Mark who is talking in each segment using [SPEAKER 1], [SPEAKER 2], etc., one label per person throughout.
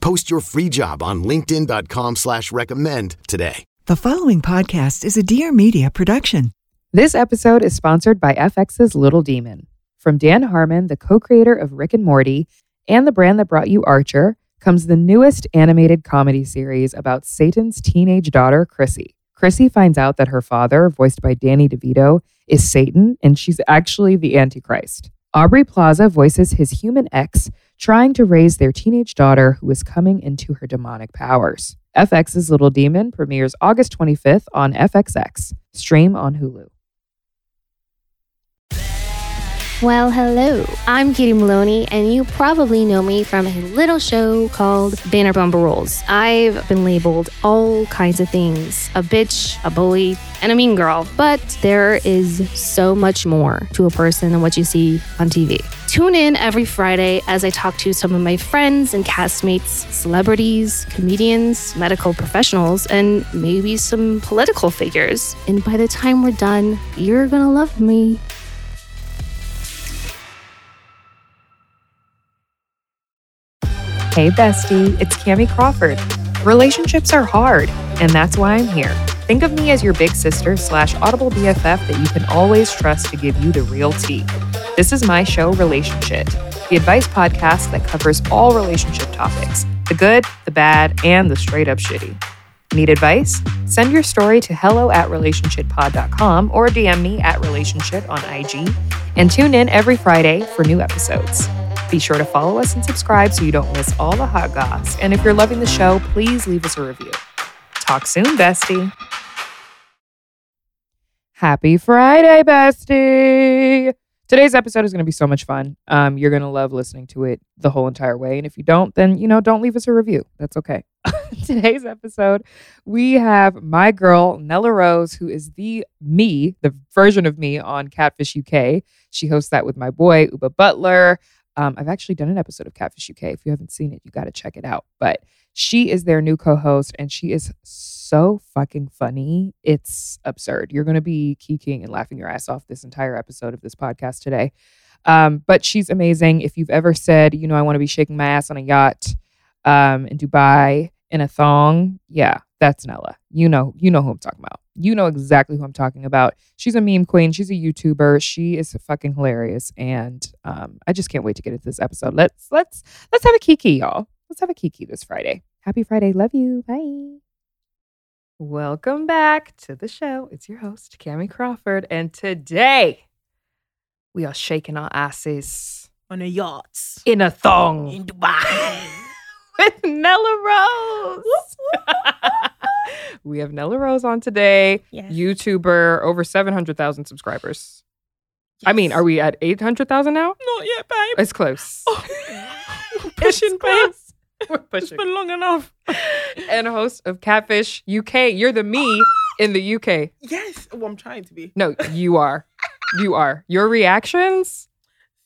[SPEAKER 1] Post your free job on linkedin.com slash recommend today.
[SPEAKER 2] The following podcast is a Dear Media production.
[SPEAKER 3] This episode is sponsored by FX's Little Demon. From Dan Harmon, the co creator of Rick and Morty, and the brand that brought you Archer, comes the newest animated comedy series about Satan's teenage daughter, Chrissy. Chrissy finds out that her father, voiced by Danny DeVito, is Satan and she's actually the Antichrist. Aubrey Plaza voices his human ex trying to raise their teenage daughter who is coming into her demonic powers. FX's Little Demon premieres August 25th on FXX. Stream on Hulu.
[SPEAKER 4] Well, hello. I'm Katie Maloney, and you probably know me from a little show called Banner Bumper Rules. I've been labeled all kinds of things a bitch, a bully, and a mean girl. But there is so much more to a person than what you see on TV. Tune in every Friday as I talk to some of my friends and castmates, celebrities, comedians, medical professionals, and maybe some political figures. And by the time we're done, you're gonna love me.
[SPEAKER 3] Hey, bestie, it's Cami Crawford. Relationships are hard, and that's why I'm here. Think of me as your big sister slash audible BFF that you can always trust to give you the real tea. This is my show, Relationship, the advice podcast that covers all relationship topics the good, the bad, and the straight up shitty. Need advice? Send your story to hello at relationshippod.com or DM me at relationship on IG and tune in every Friday for new episodes. Be sure to follow us and subscribe so you don't miss all the hot goss. And if you're loving the show, please leave us a review. Talk soon, bestie. Happy Friday, bestie. Today's episode is going to be so much fun. Um, you're going to love listening to it the whole entire way. And if you don't, then, you know, don't leave us a review. That's okay. Today's episode, we have my girl, Nella Rose, who is the me, the version of me on Catfish UK. She hosts that with my boy, Uba Butler. Um, I've actually done an episode of Catfish UK. If you haven't seen it, you got to check it out. But she is their new co host and she is so fucking funny. It's absurd. You're going to be kikiing and laughing your ass off this entire episode of this podcast today. Um, but she's amazing. If you've ever said, you know, I want to be shaking my ass on a yacht um, in Dubai in a thong, yeah, that's Nella. You know, you know who I'm talking about. You know exactly who I'm talking about. She's a meme queen. She's a YouTuber. She is fucking hilarious, and um, I just can't wait to get into this episode. Let's let's let's have a kiki, y'all. Let's have a kiki this Friday. Happy Friday. Love you. Bye. Welcome back to the show. It's your host, Cami Crawford, and today we are shaking our asses
[SPEAKER 5] on a yacht
[SPEAKER 3] in a thong.
[SPEAKER 5] in Dubai.
[SPEAKER 3] with Nella Rose. we have Nella Rose on today.
[SPEAKER 5] Yes.
[SPEAKER 3] YouTuber, over 700,000 subscribers. I mean, are we at 800,000 now?
[SPEAKER 5] Not yet, babe.
[SPEAKER 3] It's close.
[SPEAKER 5] Oh, we're pushing, babe.
[SPEAKER 3] close. We're
[SPEAKER 5] It's
[SPEAKER 3] pushing. Um,
[SPEAKER 5] been long enough.
[SPEAKER 3] and host of Catfish UK. You're the me in the UK.
[SPEAKER 5] yes. Oh, I'm trying to be.
[SPEAKER 3] No, you are. You are. Your reactions?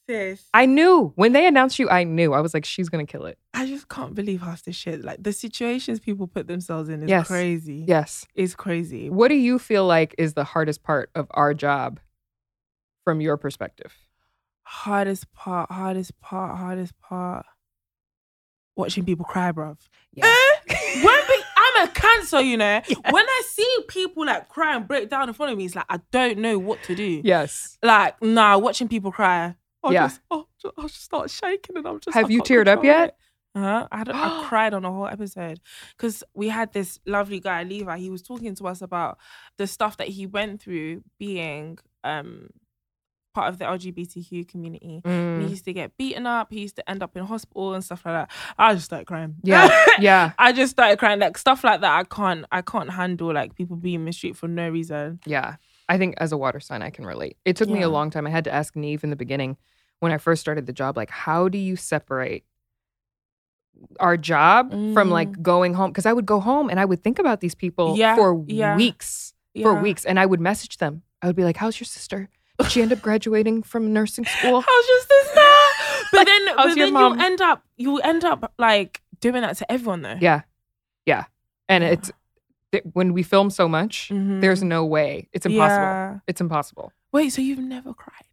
[SPEAKER 5] Sis, I,
[SPEAKER 3] I knew. When they announced you, I knew. I was like, she's going to kill it.
[SPEAKER 5] I just can't believe half the shit. Like the situations people put themselves in is
[SPEAKER 3] Yes.
[SPEAKER 5] crazy.
[SPEAKER 3] Yes.
[SPEAKER 5] It's crazy.
[SPEAKER 3] What do you feel like is the hardest part of our job from your perspective?
[SPEAKER 5] Hardest part, hardest part, hardest part. Watching people cry, bruv. Eh? when be- I'm a cancer, you know. When I see people like cry and break down in front of me, it's like I don't know what to do.
[SPEAKER 3] yes.
[SPEAKER 5] Like, nah, watching people cry. I'll
[SPEAKER 3] Yeah.
[SPEAKER 5] just, I'll, ju- I'll just start shaking and I'm just.
[SPEAKER 3] Have
[SPEAKER 5] I
[SPEAKER 3] you
[SPEAKER 5] can't
[SPEAKER 3] teared up
[SPEAKER 5] control
[SPEAKER 3] yet?
[SPEAKER 5] it. Huh? I, had, I cried on a whole episode because we had this lovely guy, Levi. He was talking to us about the stuff that he went through being um, part of the LGBTQ community.
[SPEAKER 3] Mm.
[SPEAKER 5] And He used to get beaten up. He used to end up in hospital and stuff like that. I just started crying.
[SPEAKER 3] Yeah, yeah,
[SPEAKER 5] I just started crying. Like stuff like that, I can't. I can't handle like people being mistreated for no reason.
[SPEAKER 3] yeah. I think as a water sign, I can relate. It took me
[SPEAKER 5] Yeah.
[SPEAKER 3] a long time. I had to ask Neve in the beginning when I first started the job, like, how do you separate our job from like going home? Because I would go home and I would think about these people
[SPEAKER 5] Mm. Yeah,
[SPEAKER 3] for
[SPEAKER 5] yeah,
[SPEAKER 3] weeks, for
[SPEAKER 5] Yeah.
[SPEAKER 3] weeks, and I would message them. I would be like, "How's your sister? Did she end up graduating from nursing school?"
[SPEAKER 5] How's your sister? But
[SPEAKER 3] Like,
[SPEAKER 5] then,
[SPEAKER 3] how's
[SPEAKER 5] but
[SPEAKER 3] your
[SPEAKER 5] then
[SPEAKER 3] mom?
[SPEAKER 5] you end up. You end up like doing that to everyone though.
[SPEAKER 3] Yeah. Yeah. And
[SPEAKER 5] Yeah.
[SPEAKER 3] it's th- when we film so much,
[SPEAKER 5] Mhm.
[SPEAKER 3] there's no way. It's impossible.
[SPEAKER 5] Yeah.
[SPEAKER 3] It's impossible.
[SPEAKER 5] Wait, so you've never cried?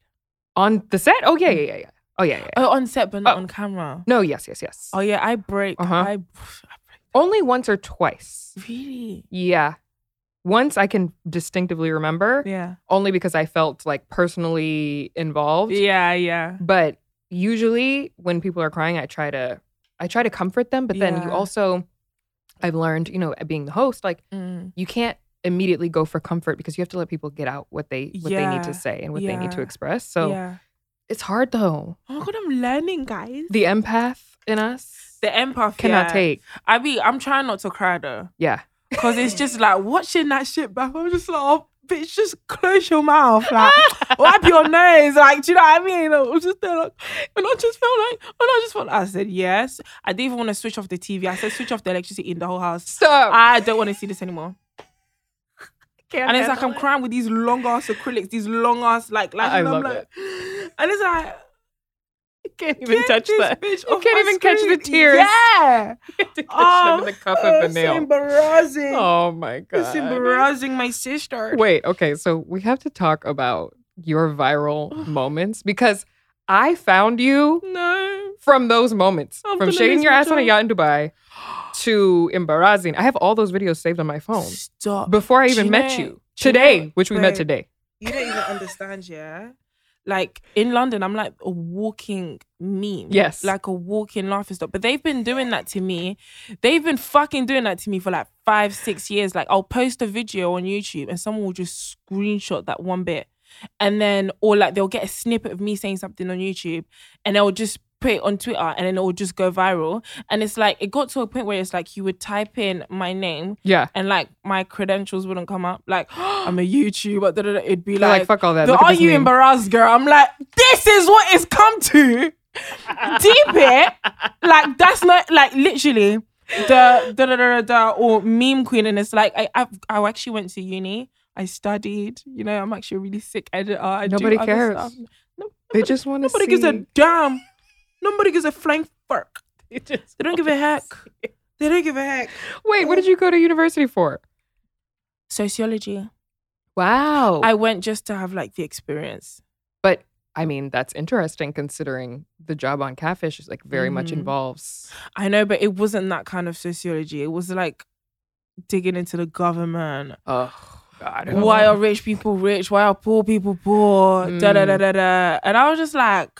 [SPEAKER 3] On the set? Oh,
[SPEAKER 5] Mm.
[SPEAKER 3] yeah, yeah, yeah, yeah. Oh, yeah, yeah. yeah.
[SPEAKER 5] Oh, on set, but not
[SPEAKER 3] Oh.
[SPEAKER 5] on camera.
[SPEAKER 3] No, yes, yes, yes.
[SPEAKER 5] Oh yeah, I break.
[SPEAKER 3] Uh-huh.
[SPEAKER 5] I, I break.
[SPEAKER 3] Only once or twice.
[SPEAKER 5] Really?
[SPEAKER 3] Yeah. Once I can distinctively remember,
[SPEAKER 5] Yeah.
[SPEAKER 3] only because I felt like personally involved.
[SPEAKER 5] Yeah, yeah.
[SPEAKER 3] But usually when people are crying, I try to I try to comfort them, but then you
[SPEAKER 5] Yeah.
[SPEAKER 3] also I've learned, you know, being the host, like
[SPEAKER 5] Mm.
[SPEAKER 3] you can't immediately go for comfort because you have to let people get out what they what they need
[SPEAKER 5] Yeah,
[SPEAKER 3] to say and what they need to
[SPEAKER 5] yeah,
[SPEAKER 3] express. So
[SPEAKER 5] yeah.
[SPEAKER 3] it's hard though.
[SPEAKER 5] Oh my god, I'm learning, guys.
[SPEAKER 3] The empath in us
[SPEAKER 5] the empath
[SPEAKER 3] cannot
[SPEAKER 5] yeah.
[SPEAKER 3] take.
[SPEAKER 5] I be. I'm trying not to cry though,
[SPEAKER 3] Yeah.
[SPEAKER 5] cause it's just like watching that shit back. I'm just like, oh, bitch, just close your mouth, like wipe your nose, like do you know what I mean? I was just there, like, and I just felt like, and I just felt. I said yes. I didn't even want to switch off the TV. I said switch off the electricity in the whole house.
[SPEAKER 3] Stop.
[SPEAKER 5] I don't want to see this anymore.
[SPEAKER 3] can't
[SPEAKER 5] and it's like I'm crying with these long ass acrylics, these long ass like like.
[SPEAKER 3] I
[SPEAKER 5] and
[SPEAKER 3] love
[SPEAKER 5] I'm like, and it's like.
[SPEAKER 3] can't even
[SPEAKER 5] Get
[SPEAKER 3] touch
[SPEAKER 5] this
[SPEAKER 3] that.
[SPEAKER 5] bitch
[SPEAKER 3] You
[SPEAKER 5] off
[SPEAKER 3] can't
[SPEAKER 5] my
[SPEAKER 3] even catch the
[SPEAKER 5] screen.
[SPEAKER 3] tears.
[SPEAKER 5] Yeah.
[SPEAKER 3] You have to catch them in
[SPEAKER 5] Oh,
[SPEAKER 3] the cup of the
[SPEAKER 5] it's
[SPEAKER 3] nail.
[SPEAKER 5] embarrassing.
[SPEAKER 3] Oh my god.
[SPEAKER 5] It's embarrassing my sister.
[SPEAKER 3] Wait, okay, so we have to talk about your viral moments because I found you
[SPEAKER 5] No.
[SPEAKER 3] from those moments,
[SPEAKER 5] I'm
[SPEAKER 3] from
[SPEAKER 5] gonna
[SPEAKER 3] shaking
[SPEAKER 5] lose
[SPEAKER 3] your
[SPEAKER 5] my
[SPEAKER 3] ass on a
[SPEAKER 5] job.
[SPEAKER 3] yacht in Dubai to embarrassing. I have all those videos saved on my phone.
[SPEAKER 5] Stop.
[SPEAKER 3] Oh, before I even met
[SPEAKER 5] Jeanette,
[SPEAKER 3] you today,
[SPEAKER 5] Jeanette,
[SPEAKER 3] which we met
[SPEAKER 5] babe,
[SPEAKER 3] today.
[SPEAKER 5] You don't even understand, yeah? Like in London, I'm like a walking meme.
[SPEAKER 3] Yes.
[SPEAKER 5] Like a walking laughing stock. But they've been doing that to me. They've been fucking doing that to me for like five, six years. Like I'll post a video on YouTube and someone will just screenshot that one bit. And then, or like they'll get a snippet of me saying something on YouTube and they'll just put it on Twitter and then it will just go viral. And it's like, it got to a point where it's like you would type in my name
[SPEAKER 3] Yeah.
[SPEAKER 5] and like my credentials wouldn't come up. Like I'm a YouTuber. Da, da, da. It'd be
[SPEAKER 3] They're like,
[SPEAKER 5] like,
[SPEAKER 3] "Fuck all that,
[SPEAKER 5] the
[SPEAKER 3] look at
[SPEAKER 5] are
[SPEAKER 3] this
[SPEAKER 5] you
[SPEAKER 3] meme."
[SPEAKER 5] embarrassed, girl? I'm like, this is what it's come to. Deep it. Like that's not like literally the da da da da, da or meme queen. And it's like I I've, I actually went to uni. I studied. You know, I'm actually a really sick editor. I do
[SPEAKER 3] Nobody
[SPEAKER 5] other
[SPEAKER 3] cares.
[SPEAKER 5] stuff. No,
[SPEAKER 3] They
[SPEAKER 5] nobody-
[SPEAKER 3] just want to see.
[SPEAKER 5] nobody gives a damn. Nobody gives a flying fuck.
[SPEAKER 3] They just
[SPEAKER 5] They don't give a heck. They don't give a heck.
[SPEAKER 3] Wait, what did you go to university for?
[SPEAKER 5] Sociology.
[SPEAKER 3] Wow.
[SPEAKER 5] I went just to have like the experience.
[SPEAKER 3] but I mean, that's interesting considering the job on Catfish is like very much
[SPEAKER 5] Mhm.
[SPEAKER 3] involves.
[SPEAKER 5] I know, but it wasn't that kind of sociology. It was like digging into the government.
[SPEAKER 3] Oh God. I don't
[SPEAKER 5] Why
[SPEAKER 3] know. Hmm.
[SPEAKER 5] are rich people rich? Why are poor people poor? Da da da da da. And I was just like,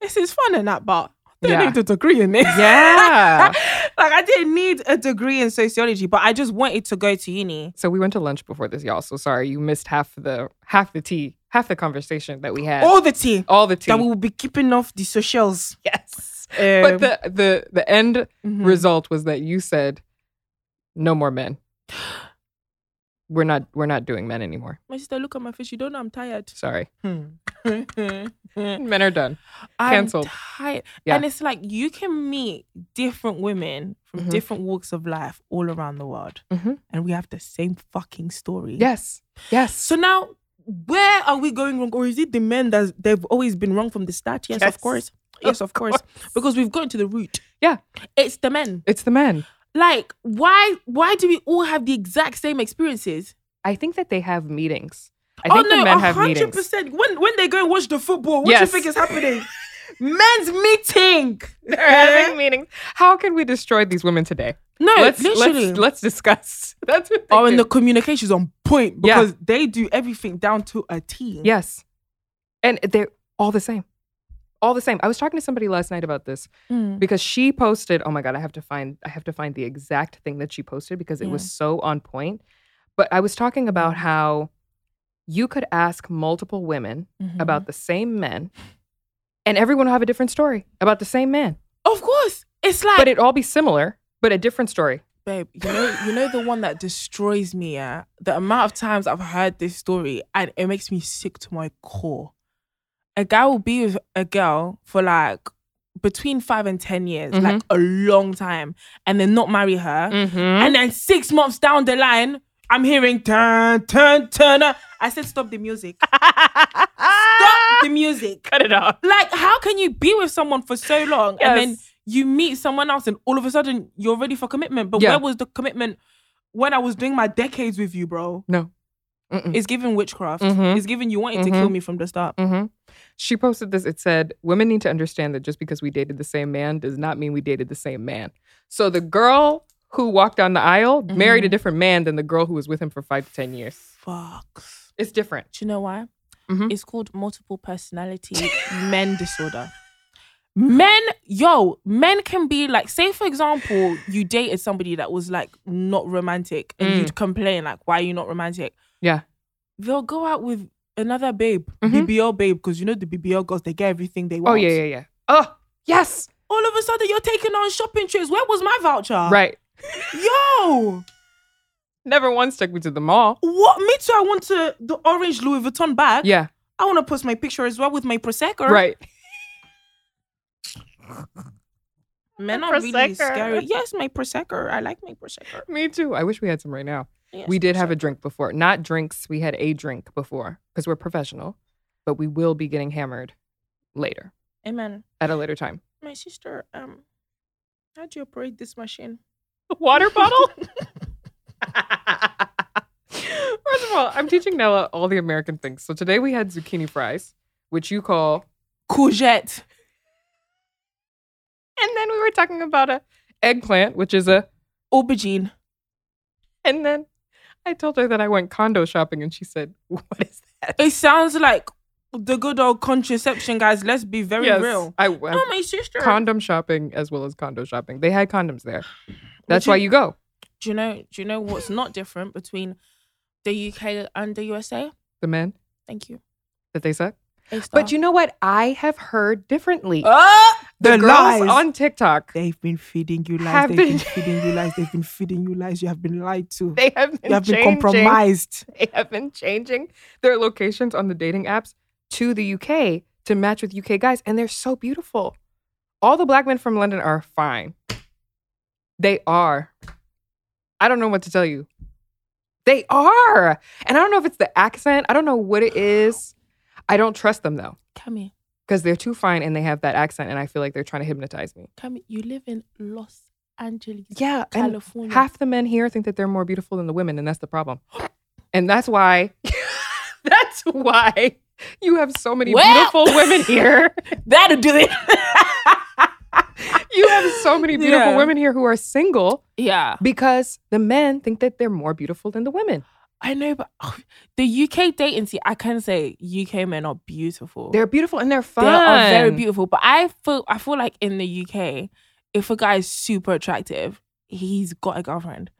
[SPEAKER 5] this is fun and that, but I didn't
[SPEAKER 3] Yeah.
[SPEAKER 5] need a degree in this.
[SPEAKER 3] Yeah.
[SPEAKER 5] like I didn't need a degree in sociology, but I just wanted to go to uni.
[SPEAKER 3] so we went to lunch before this, y'all. So sorry, you missed half the half the tea, half the conversation that we had.
[SPEAKER 5] All the tea
[SPEAKER 3] All the tea.
[SPEAKER 5] that we will be keeping off the socials.
[SPEAKER 3] yes.
[SPEAKER 5] Um,
[SPEAKER 3] But the the the end
[SPEAKER 5] mhm.
[SPEAKER 3] result was that you said no more men we're not we're not doing men anymore
[SPEAKER 5] My sister, look at my face. You don't know I'm tired.
[SPEAKER 3] sorry
[SPEAKER 5] Hmm.
[SPEAKER 3] men are done Cancelled.
[SPEAKER 5] I'm tired.
[SPEAKER 3] Yeah.
[SPEAKER 5] And it's like you can meet different women from
[SPEAKER 3] Mhm.
[SPEAKER 5] different walks of life all around the world.
[SPEAKER 3] Mhm.
[SPEAKER 5] And we have the same fucking story.
[SPEAKER 3] yes yes
[SPEAKER 5] So now where are we going wrong? Or is it the men that they've always been wrong from the start? Yes,
[SPEAKER 3] Yes.
[SPEAKER 5] of course. Yes, of course. Because we've gotten to the root.
[SPEAKER 3] Yeah.
[SPEAKER 5] It's the men.
[SPEAKER 3] it's the men
[SPEAKER 5] Like, why why do we all have the exact same experiences?
[SPEAKER 3] i think that they have meetings i
[SPEAKER 5] Oh,
[SPEAKER 3] think the men have meetings
[SPEAKER 5] When when they go and watch the football, what do you
[SPEAKER 3] Yes.
[SPEAKER 5] think is happening? Men's meeting.
[SPEAKER 3] They're having meetings how can we destroy these women today
[SPEAKER 5] Uh-huh. No,
[SPEAKER 3] let's
[SPEAKER 5] literally.
[SPEAKER 3] let's let's discuss that's what they
[SPEAKER 5] oh, and
[SPEAKER 3] do.
[SPEAKER 5] the communication's on point
[SPEAKER 3] Yeah.
[SPEAKER 5] because they do everything down to a T.
[SPEAKER 3] yes and they're all the same all the same. I was talking to somebody last night about this
[SPEAKER 5] Mm.
[SPEAKER 3] because she posted, oh my god, I have to find I have to find the exact thing that she posted because it was so on point. But I was talking
[SPEAKER 5] Mm.
[SPEAKER 3] about how you could ask multiple women
[SPEAKER 5] Mm-hmm.
[SPEAKER 3] about the same men and everyone will have a different story about the same man.
[SPEAKER 5] Of course, it's like
[SPEAKER 3] But it'd all be similar, but a different story.
[SPEAKER 5] babe, you know, you know the one that destroys me. Yeah, the amount of times I've heard this story and it makes me sick to my core. A guy will be with a girl for like between five and ten years,
[SPEAKER 3] Mm-hmm.
[SPEAKER 5] like a long time, and then not marry her, and then six months down the line. I'm hearing turn, turn, turn. uh." I said, stop the music. stop the music.
[SPEAKER 3] Cut it off.
[SPEAKER 5] Like, how can you be with someone for so long and then
[SPEAKER 3] Yes.
[SPEAKER 5] you meet someone else and all of a sudden you're ready for commitment? But
[SPEAKER 3] Yeah.
[SPEAKER 5] where was the commitment when I was doing my decades with you, bro?
[SPEAKER 3] No.
[SPEAKER 5] It's giving witchcraft.
[SPEAKER 3] Mhm.
[SPEAKER 5] It's giving you wanting to kill me from the start.
[SPEAKER 3] hmm She posted this. It said, Women need to understand that just because we dated the same man does not mean we dated the same man. So the girl who walked down the aisle married a different man than the girl who was with him for five to 10 years.
[SPEAKER 5] Fucks.
[SPEAKER 3] It's different.
[SPEAKER 5] Do you know why?
[SPEAKER 3] Mhm.
[SPEAKER 5] It's called multiple personality men disorder. Men, yo, men can be like, say for example, you dated somebody that was like not romantic and
[SPEAKER 3] Mm.
[SPEAKER 5] you'd complain, like, why are you not romantic?
[SPEAKER 3] Yeah.
[SPEAKER 5] They'll go out with another babe,
[SPEAKER 3] Mhm.
[SPEAKER 5] BBL babe, because you know the BBL girls, they get everything they
[SPEAKER 3] Oh,
[SPEAKER 5] want.
[SPEAKER 3] yeah, yeah, yeah. Oh, yes.
[SPEAKER 5] All of a sudden, you're taking on shopping trips. Where was my voucher?
[SPEAKER 3] Right.
[SPEAKER 5] Yo,
[SPEAKER 3] Never once took me to the mall.
[SPEAKER 5] what? Me too. I want to, the orange Louis Vuitton bag.
[SPEAKER 3] Yeah.
[SPEAKER 5] I want to post my picture as well with my Prosecco.
[SPEAKER 3] Right.
[SPEAKER 5] Men
[SPEAKER 3] My
[SPEAKER 5] are really
[SPEAKER 3] Prosecco.
[SPEAKER 5] scary. Yes, my Prosecco. I like my Prosecco.
[SPEAKER 3] Me too. I wish we had some right now.
[SPEAKER 5] Yes,
[SPEAKER 3] we did have a
[SPEAKER 5] Prosecco.
[SPEAKER 3] drink before. Not drinks. We had a drink before because we're professional, but we will be getting hammered later
[SPEAKER 5] Amen.
[SPEAKER 3] at a later time.
[SPEAKER 5] My sister, um, how do you operate this machine?
[SPEAKER 3] water bottle? First of all, I'm teaching Nella all the American things. So today we had zucchini fries, which you call,
[SPEAKER 5] Courgette.
[SPEAKER 3] and then we were talking about a eggplant, which is a,
[SPEAKER 5] Aubergine.
[SPEAKER 3] and then I told her that I went condo shopping, and she said, "What is that?"
[SPEAKER 5] It sounds like the good old contraception, guys. Let's be very
[SPEAKER 3] Yes,
[SPEAKER 5] real.
[SPEAKER 3] I,
[SPEAKER 5] No,
[SPEAKER 3] I
[SPEAKER 5] my sister.
[SPEAKER 3] condom shopping as well as condo shopping. They had condoms there. That's
[SPEAKER 5] you-
[SPEAKER 3] why you go.
[SPEAKER 5] do you know? Do you know what's not different between the UK and the USA?
[SPEAKER 3] The men
[SPEAKER 5] Thank you.
[SPEAKER 3] that they suck.
[SPEAKER 5] A star.
[SPEAKER 3] But you know what? I have heard differently.
[SPEAKER 5] Ah!
[SPEAKER 3] Oh, the
[SPEAKER 5] the
[SPEAKER 3] girls
[SPEAKER 5] lies.
[SPEAKER 3] on TikTok,
[SPEAKER 5] They've been feeding you lies.
[SPEAKER 3] Have
[SPEAKER 5] They've
[SPEAKER 3] been-
[SPEAKER 5] been feeding you lies. They've been feeding you lies. You have been lied to.
[SPEAKER 3] they have been
[SPEAKER 5] you have been
[SPEAKER 3] changing-
[SPEAKER 5] compromised.
[SPEAKER 3] they have been changing their locations on the dating apps to the UK to match with UK guys, and they're so beautiful. All the black men from London are fine. They are. I don't know what to tell you. They are. And I don't know if it's the accent. I don't know what it is. I don't trust them though,
[SPEAKER 5] Cammy,
[SPEAKER 3] because they're too fine and they have that accent, and I feel like they're trying to hypnotize me.
[SPEAKER 5] Cammy, you live in Los Angeles,
[SPEAKER 3] Yeah, and
[SPEAKER 5] California.
[SPEAKER 3] half the men here think that they're more beautiful than the women, and that's the problem. And that's why, that's why you have so many
[SPEAKER 5] Well.
[SPEAKER 3] beautiful women here.
[SPEAKER 5] That'll do it.
[SPEAKER 3] You have so many beautiful
[SPEAKER 5] Yeah.
[SPEAKER 3] women here who are single
[SPEAKER 5] Yeah,
[SPEAKER 3] because the men think that they're more beautiful than the women.
[SPEAKER 5] I know, but oh, the UK dating scene, I can say UK men are beautiful.
[SPEAKER 3] They're beautiful and they're
[SPEAKER 5] They
[SPEAKER 3] fun.
[SPEAKER 5] are very beautiful. But I feel, I feel like in the UK, if a guy is super attractive, he's got a girlfriend.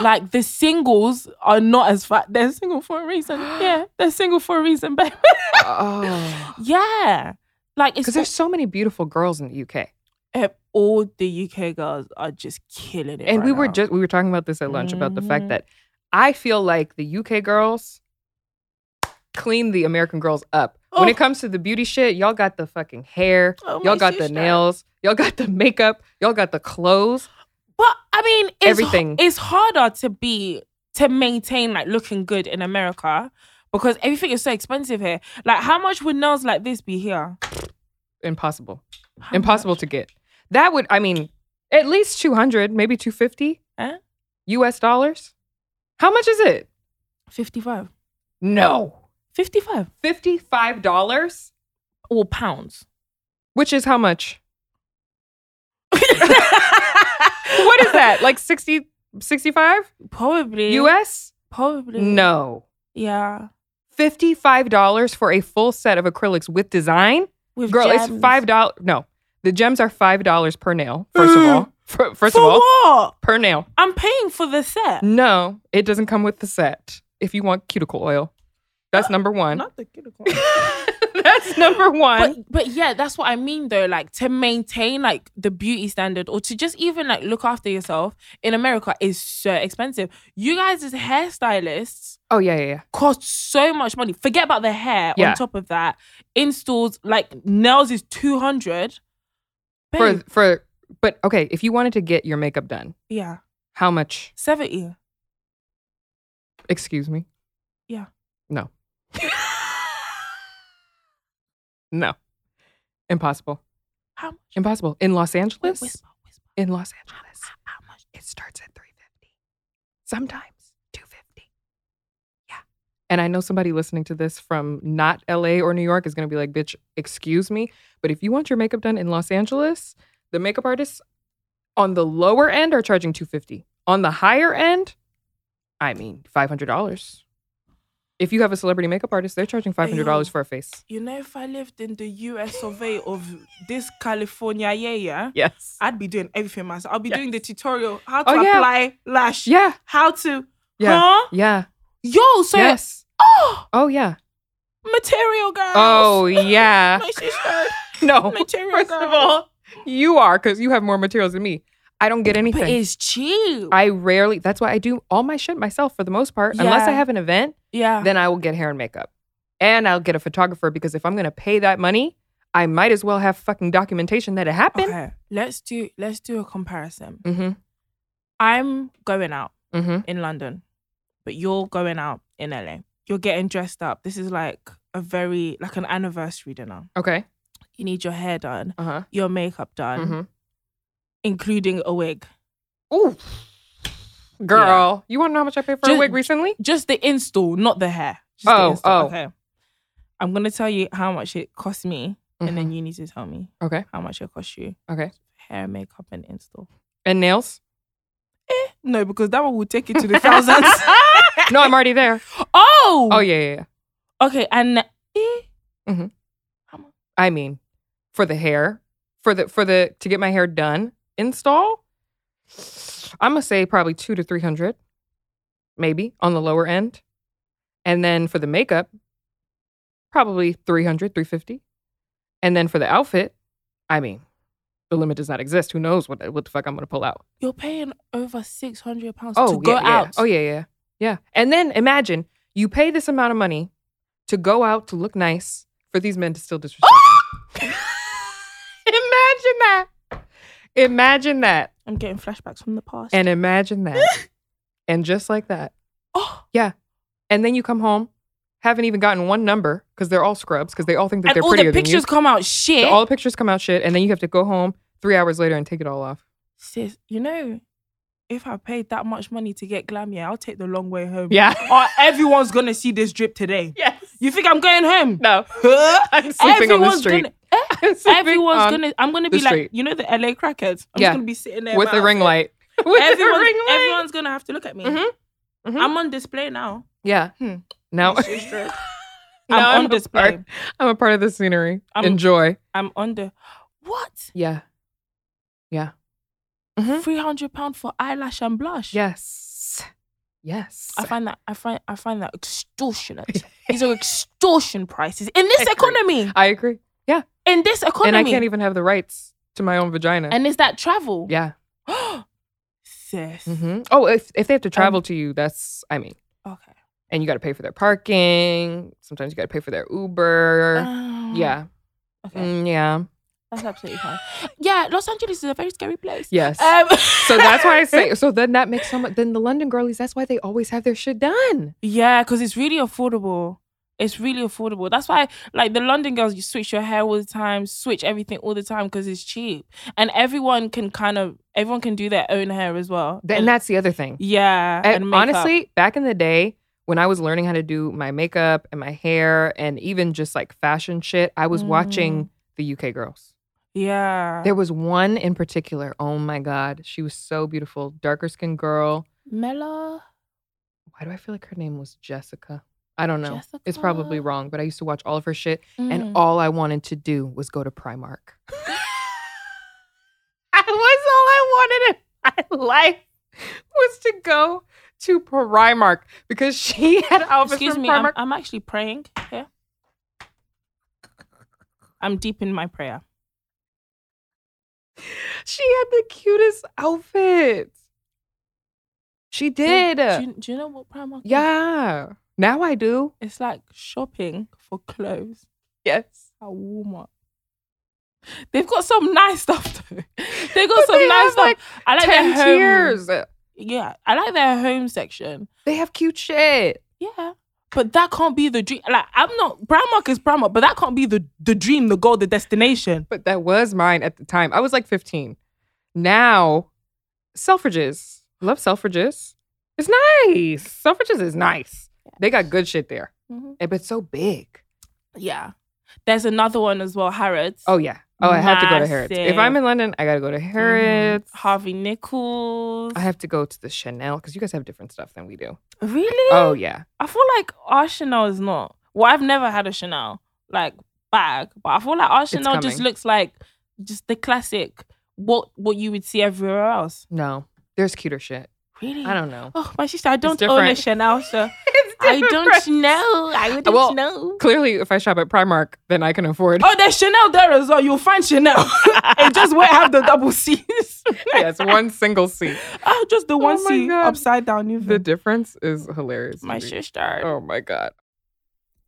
[SPEAKER 5] like the singles are not as fat. They're single for a reason. Yeah, they're single for a reason, babe.
[SPEAKER 3] Oh,
[SPEAKER 5] yeah, like it's
[SPEAKER 3] because there's so many beautiful girls in the UK.
[SPEAKER 5] Eh, all the UK girls are just killing it.
[SPEAKER 3] and
[SPEAKER 5] right
[SPEAKER 3] we were
[SPEAKER 5] now.
[SPEAKER 3] just we were talking about this at lunch about the fact
[SPEAKER 5] Mhm.
[SPEAKER 3] that I feel like the UK girls clean the American girls up. When
[SPEAKER 5] Oh.
[SPEAKER 3] it comes to the beauty shit, y'all got the fucking hair,
[SPEAKER 5] Oh, my
[SPEAKER 3] y'all got the
[SPEAKER 5] sister.
[SPEAKER 3] nails, y'all got the makeup, y'all got the clothes.
[SPEAKER 5] But I mean, it's,
[SPEAKER 3] Everything.
[SPEAKER 5] everything. It's harder to be to maintain like looking good in America because everything is so expensive here. Like, how much would nails like this be here?
[SPEAKER 3] Impossible.
[SPEAKER 5] How
[SPEAKER 3] Impossible
[SPEAKER 5] much?
[SPEAKER 3] to get. That would I mean, at least 200, maybe 250
[SPEAKER 5] Huh?
[SPEAKER 3] US dollars. How much is it?
[SPEAKER 5] Fifty-five.
[SPEAKER 3] No.
[SPEAKER 5] Fifty-five.
[SPEAKER 3] $55,
[SPEAKER 5] Or pounds.
[SPEAKER 3] which is how much?
[SPEAKER 5] what
[SPEAKER 3] What is that? like 60 65
[SPEAKER 5] Probably
[SPEAKER 3] US?
[SPEAKER 5] Probably
[SPEAKER 3] No.
[SPEAKER 5] Yeah.
[SPEAKER 3] $55 for a full set of acrylics with design?
[SPEAKER 5] with
[SPEAKER 3] Girl,
[SPEAKER 5] gems.
[SPEAKER 3] it's five dollars. No, the gems are five dollars per nail. First of
[SPEAKER 5] Mm.
[SPEAKER 3] all, Fir- first
[SPEAKER 5] for
[SPEAKER 3] of all,
[SPEAKER 5] what?
[SPEAKER 3] per nail.
[SPEAKER 5] I'm paying for the set.
[SPEAKER 3] No, it doesn't come with the set. If you want cuticle oil, that's number one.
[SPEAKER 5] Not the cuticle.
[SPEAKER 3] that's number one.
[SPEAKER 5] But, but yeah, that's what I mean though. Like to maintain like the beauty standard or to just even like look after yourself in America is so expensive. You guys as hairstylists
[SPEAKER 3] oh yeah, yeah, yeah.
[SPEAKER 5] cost so much money. Forget about the hair
[SPEAKER 3] Yeah.
[SPEAKER 5] on top of that. Installs like nails is 200.
[SPEAKER 3] For
[SPEAKER 5] Babe,
[SPEAKER 3] for but okay, if you wanted to get your makeup done,
[SPEAKER 5] yeah.
[SPEAKER 3] how much?
[SPEAKER 5] 70.
[SPEAKER 3] Excuse me.
[SPEAKER 5] Yeah.
[SPEAKER 3] No. no. Impossible.
[SPEAKER 5] How much?
[SPEAKER 3] Impossible. In Los
[SPEAKER 5] Wait,
[SPEAKER 3] Angeles.
[SPEAKER 5] whisper, whisper.
[SPEAKER 3] in Los Angeles.
[SPEAKER 5] How much?
[SPEAKER 3] It starts at 350. Sometimes 250. Yeah. And I know somebody listening to this from not LA or New York is going to be like, "Bitch, excuse me, but if you want your makeup done in Los Angeles, the makeup artists on the lower end are charging 250. On the higher end, I mean, $500. If you have a celebrity makeup artist, they're charging $500
[SPEAKER 5] Ew.
[SPEAKER 3] for a face.
[SPEAKER 5] You know, if I lived in the US survey of this California, yeah, yeah.
[SPEAKER 3] Yes.
[SPEAKER 5] I'd be doing everything myself. I'll be doing the tutorial how to
[SPEAKER 3] Oh, yeah.
[SPEAKER 5] apply lash.
[SPEAKER 3] Yeah.
[SPEAKER 5] How to
[SPEAKER 3] Yeah.
[SPEAKER 5] huh?
[SPEAKER 3] Yeah.
[SPEAKER 5] Yo, so
[SPEAKER 3] yes.
[SPEAKER 5] oh
[SPEAKER 3] Oh yeah.
[SPEAKER 5] material girls.
[SPEAKER 3] Oh yeah.
[SPEAKER 5] My sister,
[SPEAKER 3] no.
[SPEAKER 5] material
[SPEAKER 3] First
[SPEAKER 5] girls.
[SPEAKER 3] of all, you are because you have more materials than me. I don't get
[SPEAKER 5] But
[SPEAKER 3] anything.
[SPEAKER 5] it's cheap.
[SPEAKER 3] I rarely. That's why I do all my shit myself for the most part. Unless I
[SPEAKER 5] Yeah. Ah.
[SPEAKER 3] have an event,
[SPEAKER 5] yeah.
[SPEAKER 3] then I will get hair and makeup, and I'll get a photographer because if I'm gonna pay that money, I might as well have fucking documentation that it happened.
[SPEAKER 5] okay. Let's do let's do a comparison.
[SPEAKER 3] Mm-hmm.
[SPEAKER 5] I'm going out
[SPEAKER 3] Mm-hmm.
[SPEAKER 5] in London, but you're going out in LA. You're getting dressed up. This is like a very like an anniversary dinner.
[SPEAKER 3] Okay.
[SPEAKER 5] You need your hair done,
[SPEAKER 3] Uh huh.
[SPEAKER 5] your makeup done,
[SPEAKER 3] Mm-hmm.
[SPEAKER 5] including a wig.
[SPEAKER 3] Ooh. Girl, you want to know how much I paid for a
[SPEAKER 5] Just-
[SPEAKER 3] wig recently?
[SPEAKER 5] just the install, not the hair. Just the
[SPEAKER 3] Oh,
[SPEAKER 5] install.
[SPEAKER 3] oh.
[SPEAKER 5] Okay. I'm gonna tell you how much it cost me, and
[SPEAKER 3] Mm-hmm.
[SPEAKER 5] then you need to tell me
[SPEAKER 3] Okay.
[SPEAKER 5] how much it cost you.
[SPEAKER 3] Okay.
[SPEAKER 5] Hair, makeup, and install.
[SPEAKER 3] And nails?
[SPEAKER 5] No, because that one will take you to the thousands.
[SPEAKER 3] No, I'm already there.
[SPEAKER 5] oh.
[SPEAKER 3] Oh yeah, yeah, yeah.
[SPEAKER 5] Okay, and eh,
[SPEAKER 3] I mean, for the hair, for the for the to get my hair done install, I'm gonna say probably two to three hundred, maybe on the lower end, and then for the makeup, probably 300, 350. and then for the outfit, I mean, the limit does not exist. Who knows what what the fuck I'm gonna pull out?
[SPEAKER 5] you're paying over six hundred pounds
[SPEAKER 3] Oh
[SPEAKER 5] to go
[SPEAKER 3] yeah, yeah.
[SPEAKER 5] out.
[SPEAKER 3] oh yeah, yeah, yeah. And then imagine you pay this amount of money to go out to look nice for these men to still disrespect you. imagine that. Imagine that.
[SPEAKER 5] I'm getting flashbacks from the past.
[SPEAKER 3] And imagine that. and just like that.
[SPEAKER 5] oh,
[SPEAKER 3] And then you come home, haven't even gotten one number because they're all scrubs because they all think that
[SPEAKER 5] and
[SPEAKER 3] they're
[SPEAKER 5] all
[SPEAKER 3] prettier
[SPEAKER 5] the pictures
[SPEAKER 3] than
[SPEAKER 5] come out
[SPEAKER 3] you.
[SPEAKER 5] shit.
[SPEAKER 3] So all the pictures come out shit, and then you have to go home three hours later and take it all off.
[SPEAKER 5] Sis, you know, if I paid that much money to get glam, yeah, I'll take the long way home.
[SPEAKER 3] Yeah.
[SPEAKER 5] Or everyone's gonna see this drip today.
[SPEAKER 3] Yes.
[SPEAKER 5] You think I'm going home?
[SPEAKER 3] No. I'm sleeping on the
[SPEAKER 5] Everyone's
[SPEAKER 3] street.
[SPEAKER 5] gonna- eh,
[SPEAKER 3] I'm sleeping
[SPEAKER 5] Everyone's
[SPEAKER 3] on
[SPEAKER 5] gonna. I'm gonna
[SPEAKER 3] the
[SPEAKER 5] be like,
[SPEAKER 3] um, street.
[SPEAKER 5] you know, the LA crackheads. I'm
[SPEAKER 3] Yeah.
[SPEAKER 5] just gonna be sitting there
[SPEAKER 3] with
[SPEAKER 5] my
[SPEAKER 3] a ring
[SPEAKER 5] outfit.
[SPEAKER 3] light. With a
[SPEAKER 5] Everyone's,
[SPEAKER 3] ring light.
[SPEAKER 5] everyone's gonna have to look at me.
[SPEAKER 3] Mhm. Mhm.
[SPEAKER 5] I'm on display now.
[SPEAKER 3] Yeah.
[SPEAKER 5] Hmm.
[SPEAKER 3] Now,
[SPEAKER 5] It's just drip.
[SPEAKER 3] now
[SPEAKER 5] I'm on
[SPEAKER 3] a
[SPEAKER 5] display.
[SPEAKER 3] part- I'm a part of the scenery.
[SPEAKER 5] I'm-
[SPEAKER 3] Enjoy.
[SPEAKER 5] I'm on the what?
[SPEAKER 3] Yeah. Yeah. Mhm.
[SPEAKER 5] Three hundred pound for eyelash and blush.
[SPEAKER 3] Yes. Yes.
[SPEAKER 5] I find that I find I find that extortionate. These are extortion prices in this
[SPEAKER 3] Agree.
[SPEAKER 5] economy.
[SPEAKER 3] I agree.
[SPEAKER 5] In this economy,
[SPEAKER 3] And I can't even have the rights to my own vagina.
[SPEAKER 5] And it's that travel.
[SPEAKER 3] yeah.
[SPEAKER 5] Sis.
[SPEAKER 3] hmm Oh, if if they have to travel
[SPEAKER 5] Um,
[SPEAKER 3] to you, that's I mean,
[SPEAKER 5] Okay.
[SPEAKER 3] and you got to pay for their parking. Sometimes you got to pay for their Uber. Er, yeah.
[SPEAKER 5] Uh, Um, Okay.
[SPEAKER 3] Mm, yeah.
[SPEAKER 5] That's absolutely fine. Yeah, Los Angeles is a very scary place.
[SPEAKER 3] Yes.
[SPEAKER 5] Um,
[SPEAKER 3] so that's why I say. So then that makes so much. Then the London girlies. That's why they always have their shit done.
[SPEAKER 5] Yeah, because it's really affordable. It's really affordable. That's why, like the London girls, you switch your hair all the time, switch everything all the time because it's cheap, and everyone can kind of everyone can do their own hair as well.
[SPEAKER 3] Th- And that's the other thing.
[SPEAKER 5] yeah,
[SPEAKER 6] Eh,
[SPEAKER 3] I-
[SPEAKER 5] and makeup.
[SPEAKER 3] honestly, back in the day when I was learning how to do my makeup and my hair and even just like fashion shit, I was
[SPEAKER 5] Mm.
[SPEAKER 3] watching the UK girls.
[SPEAKER 5] yeah,
[SPEAKER 3] There was one in particular. Oh my God. She was so beautiful. Darker skinned girl.
[SPEAKER 5] Mela.
[SPEAKER 3] Why do I feel like her name was Jessica?
[SPEAKER 6] I don't know.
[SPEAKER 5] Jessica. Hmm.
[SPEAKER 6] It's probably wrong, but I used to watch all of her shit,
[SPEAKER 3] Mm.
[SPEAKER 6] and all I wanted to do was go to Primark. that was all I wanted in my life was to go to Primark because she had outfits
[SPEAKER 5] Excuse
[SPEAKER 6] from
[SPEAKER 5] me, I'm,
[SPEAKER 6] Primark.
[SPEAKER 5] uh I'm actually praying here. I'm deep in my prayer.
[SPEAKER 6] she had the cutest outfits. She did.
[SPEAKER 5] Do you, do you know what Primark? is?
[SPEAKER 6] yeah. Now I do.
[SPEAKER 5] It's like shopping for clothes
[SPEAKER 6] Yes.
[SPEAKER 5] at Walmart. They've got some nice stuff though. They've got
[SPEAKER 6] But
[SPEAKER 5] some
[SPEAKER 6] they
[SPEAKER 5] nice
[SPEAKER 6] have,
[SPEAKER 5] stuff.
[SPEAKER 6] like,
[SPEAKER 5] I like their
[SPEAKER 6] Ten
[SPEAKER 5] home.
[SPEAKER 6] tiers.
[SPEAKER 5] Yeah, I like their home section.
[SPEAKER 6] They have cute shit.
[SPEAKER 5] Yeah. But that can't be the dream. Like I'm not Primark is Primark, but that can't be the the dream, the goal, the destination.
[SPEAKER 6] But that was mine at the time. I was like 15. Now, Selfridges. Love Selfridges. It's nice. Selfridges is nice. They got good shit there.
[SPEAKER 5] Mhm.
[SPEAKER 6] Eh, But it's so big.
[SPEAKER 5] Yeah. There's another one as well, Harrods.
[SPEAKER 6] Oh, yeah. Oh, I have to go to Harrods. If
[SPEAKER 5] Massive. Mm-hmm.
[SPEAKER 6] I'm in London, I got to go to Harrods.
[SPEAKER 5] Harvey Nichols.
[SPEAKER 6] I have to go to the Chanel because you guys have different stuff than we do.
[SPEAKER 5] really?
[SPEAKER 6] Oh, yeah.
[SPEAKER 5] I feel like our Chanel is not. Well, I've never had a Chanel like bag, but I feel like our Chanel just
[SPEAKER 6] coming.
[SPEAKER 5] looks like just the classic what what you would see everywhere else.
[SPEAKER 6] No, there's cuter shit.
[SPEAKER 5] Really?
[SPEAKER 6] I don't know.
[SPEAKER 5] Oh, my sister, I don't own a
[SPEAKER 6] different.
[SPEAKER 5] Chanel, so
[SPEAKER 6] It's
[SPEAKER 5] I don't
[SPEAKER 6] different.
[SPEAKER 5] know. I wouldn't
[SPEAKER 6] Well-
[SPEAKER 5] know.
[SPEAKER 6] Clearly, if I shop at Primark, then I can afford.
[SPEAKER 5] Oh, there's Chanel there as well. You'll find Chanel. it just won't have the double C's.
[SPEAKER 6] yes, one single seat.
[SPEAKER 5] Oh, just the one
[SPEAKER 6] Oh my
[SPEAKER 5] C
[SPEAKER 6] God.
[SPEAKER 5] upside down. Even.
[SPEAKER 6] The difference is hilarious. to
[SPEAKER 5] Mm-hmm. my
[SPEAKER 6] me.
[SPEAKER 5] sister.
[SPEAKER 6] Oh my god.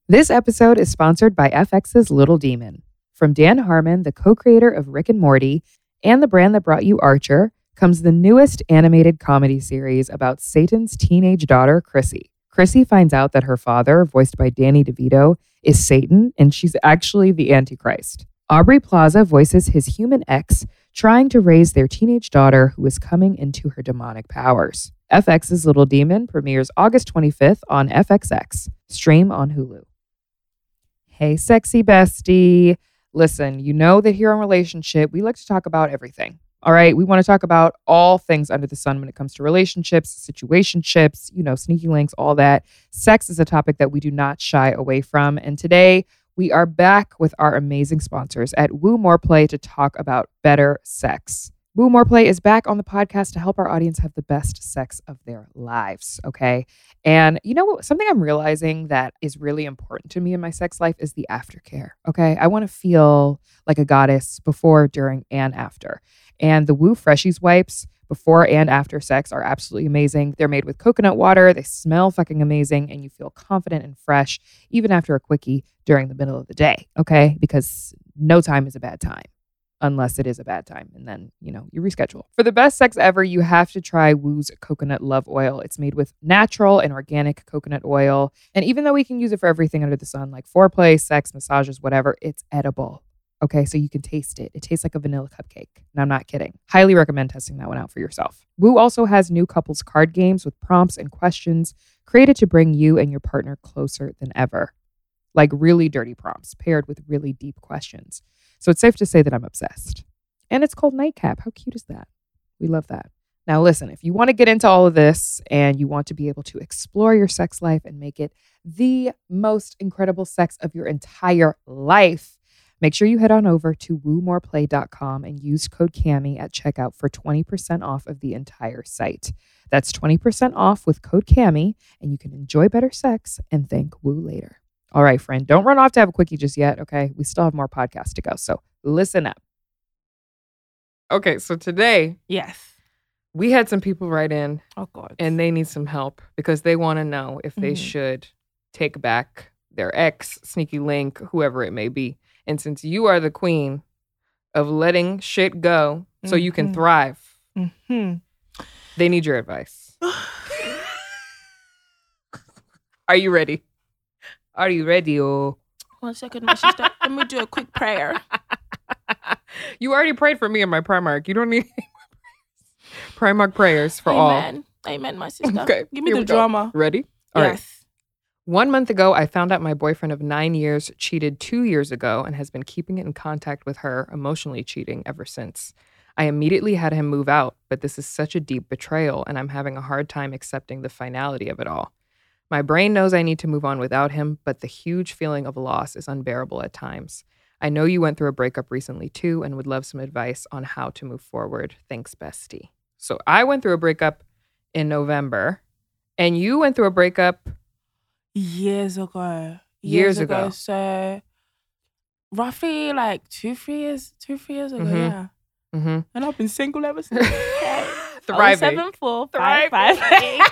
[SPEAKER 3] This episode is sponsored by FX's Little Demon. From Dan Harmon, the co creator of Rick and Morty, and the brand that brought you Archer, comes the newest animated comedy series about Satan's teenage daughter, Chrissy. Chrissy finds out that her father, voiced by Danny DeVito, is Satan and she's actually the Antichrist. Aubrey Plaza voices his human ex trying to raise their teenage daughter who is coming into her demonic powers. FX's Little Demon premieres August 25th on FXX. Stream on Hulu. Hey, sexy bestie. Listen, you know that here on Relationship, we like to talk about everything. All right. We want to talk about all things under the sun when it comes to relationships, situationships, you know, sneaky links, all that. Sex is a topic that we do not shy away from. And today we are back with our amazing sponsors at Woo More Play to talk about better sex. Woo More Play is back on the podcast to help our audience have the best sex of their lives. Okay. And you know what? Something I'm realizing that is really important to me in my sex life is the aftercare. Okay. I want to feel like a goddess before, during, and after. And the Woo Freshies wipes before and after sex are absolutely amazing. They're made with coconut water, they smell fucking amazing, and you feel confident and fresh even after a quickie during the middle of the day. Okay. Because no time is a bad time unless it is a bad time and then you know you reschedule for the best sex ever you have to try woo's coconut love oil it's made with natural and organic coconut oil and even though we can use it for everything under the sun like foreplay sex massages whatever it's edible okay so you can taste it it tastes like a vanilla cupcake and i'm not kidding highly recommend testing that one out for yourself woo also has new couples card games with prompts and questions created to bring you and your partner closer than ever like really dirty prompts paired with really deep questions so it's safe to say that I'm obsessed. And it's called Nightcap. How cute is that? We love that. Now, listen, if you want to get into all of this and you want to be able to explore your sex life and make it the most incredible sex of your entire life, make sure you head on over to woomoreplay.com and use code CAMI at checkout for 20% off of the entire site. That's 20% off with code CAMI, and you can enjoy better sex and thank Woo later. All right, friend, don't run off to have a quickie just yet, okay? We still have more podcasts to go, so listen up.
[SPEAKER 6] Okay, so today
[SPEAKER 5] Yes.
[SPEAKER 6] we had some people write in
[SPEAKER 5] Oh God.
[SPEAKER 6] and they need some help because they want to know if
[SPEAKER 3] Mm-hmm.
[SPEAKER 6] they
[SPEAKER 5] Mhm.
[SPEAKER 6] should take back their ex, sneaky link, whoever it may be. And since you are the queen of letting shit go so you can
[SPEAKER 3] Mm-hmm.
[SPEAKER 5] Mhm.
[SPEAKER 6] thrive,
[SPEAKER 5] hmm
[SPEAKER 6] they need your advice. Are you ready? Are you ready? Oh,
[SPEAKER 5] One second, my sister. Let me do a quick prayer.
[SPEAKER 6] you already prayed for me in my Primark. You don't need any more prayers. Primark prayers for
[SPEAKER 5] Amen. Amen, my
[SPEAKER 6] all.
[SPEAKER 5] sister. Give me
[SPEAKER 6] here
[SPEAKER 5] the
[SPEAKER 6] we go.
[SPEAKER 5] drama.
[SPEAKER 6] Ready? All right.
[SPEAKER 5] yes.
[SPEAKER 6] One month ago, I found out my boyfriend of nine years cheated two years ago and has been keeping in contact with her, emotionally cheating ever since. I immediately had him move out, but this is such a deep betrayal, and I'm having a hard time accepting the finality of it all.
[SPEAKER 3] My brain knows I need to move on without him, but the huge feeling of loss is unbearable at times. I know you went through a breakup recently too and would love some advice on how to move forward. Thanks, bestie. So I went through a breakup in November and you went through a breakup.
[SPEAKER 5] years ago.
[SPEAKER 3] Years ago.
[SPEAKER 5] So roughly like two, three years, two, three years ago,
[SPEAKER 3] Mhm.
[SPEAKER 5] yeah.
[SPEAKER 3] Mm-hmm.
[SPEAKER 5] And I've been single ever since. Oh,
[SPEAKER 3] Thriving. Thriving.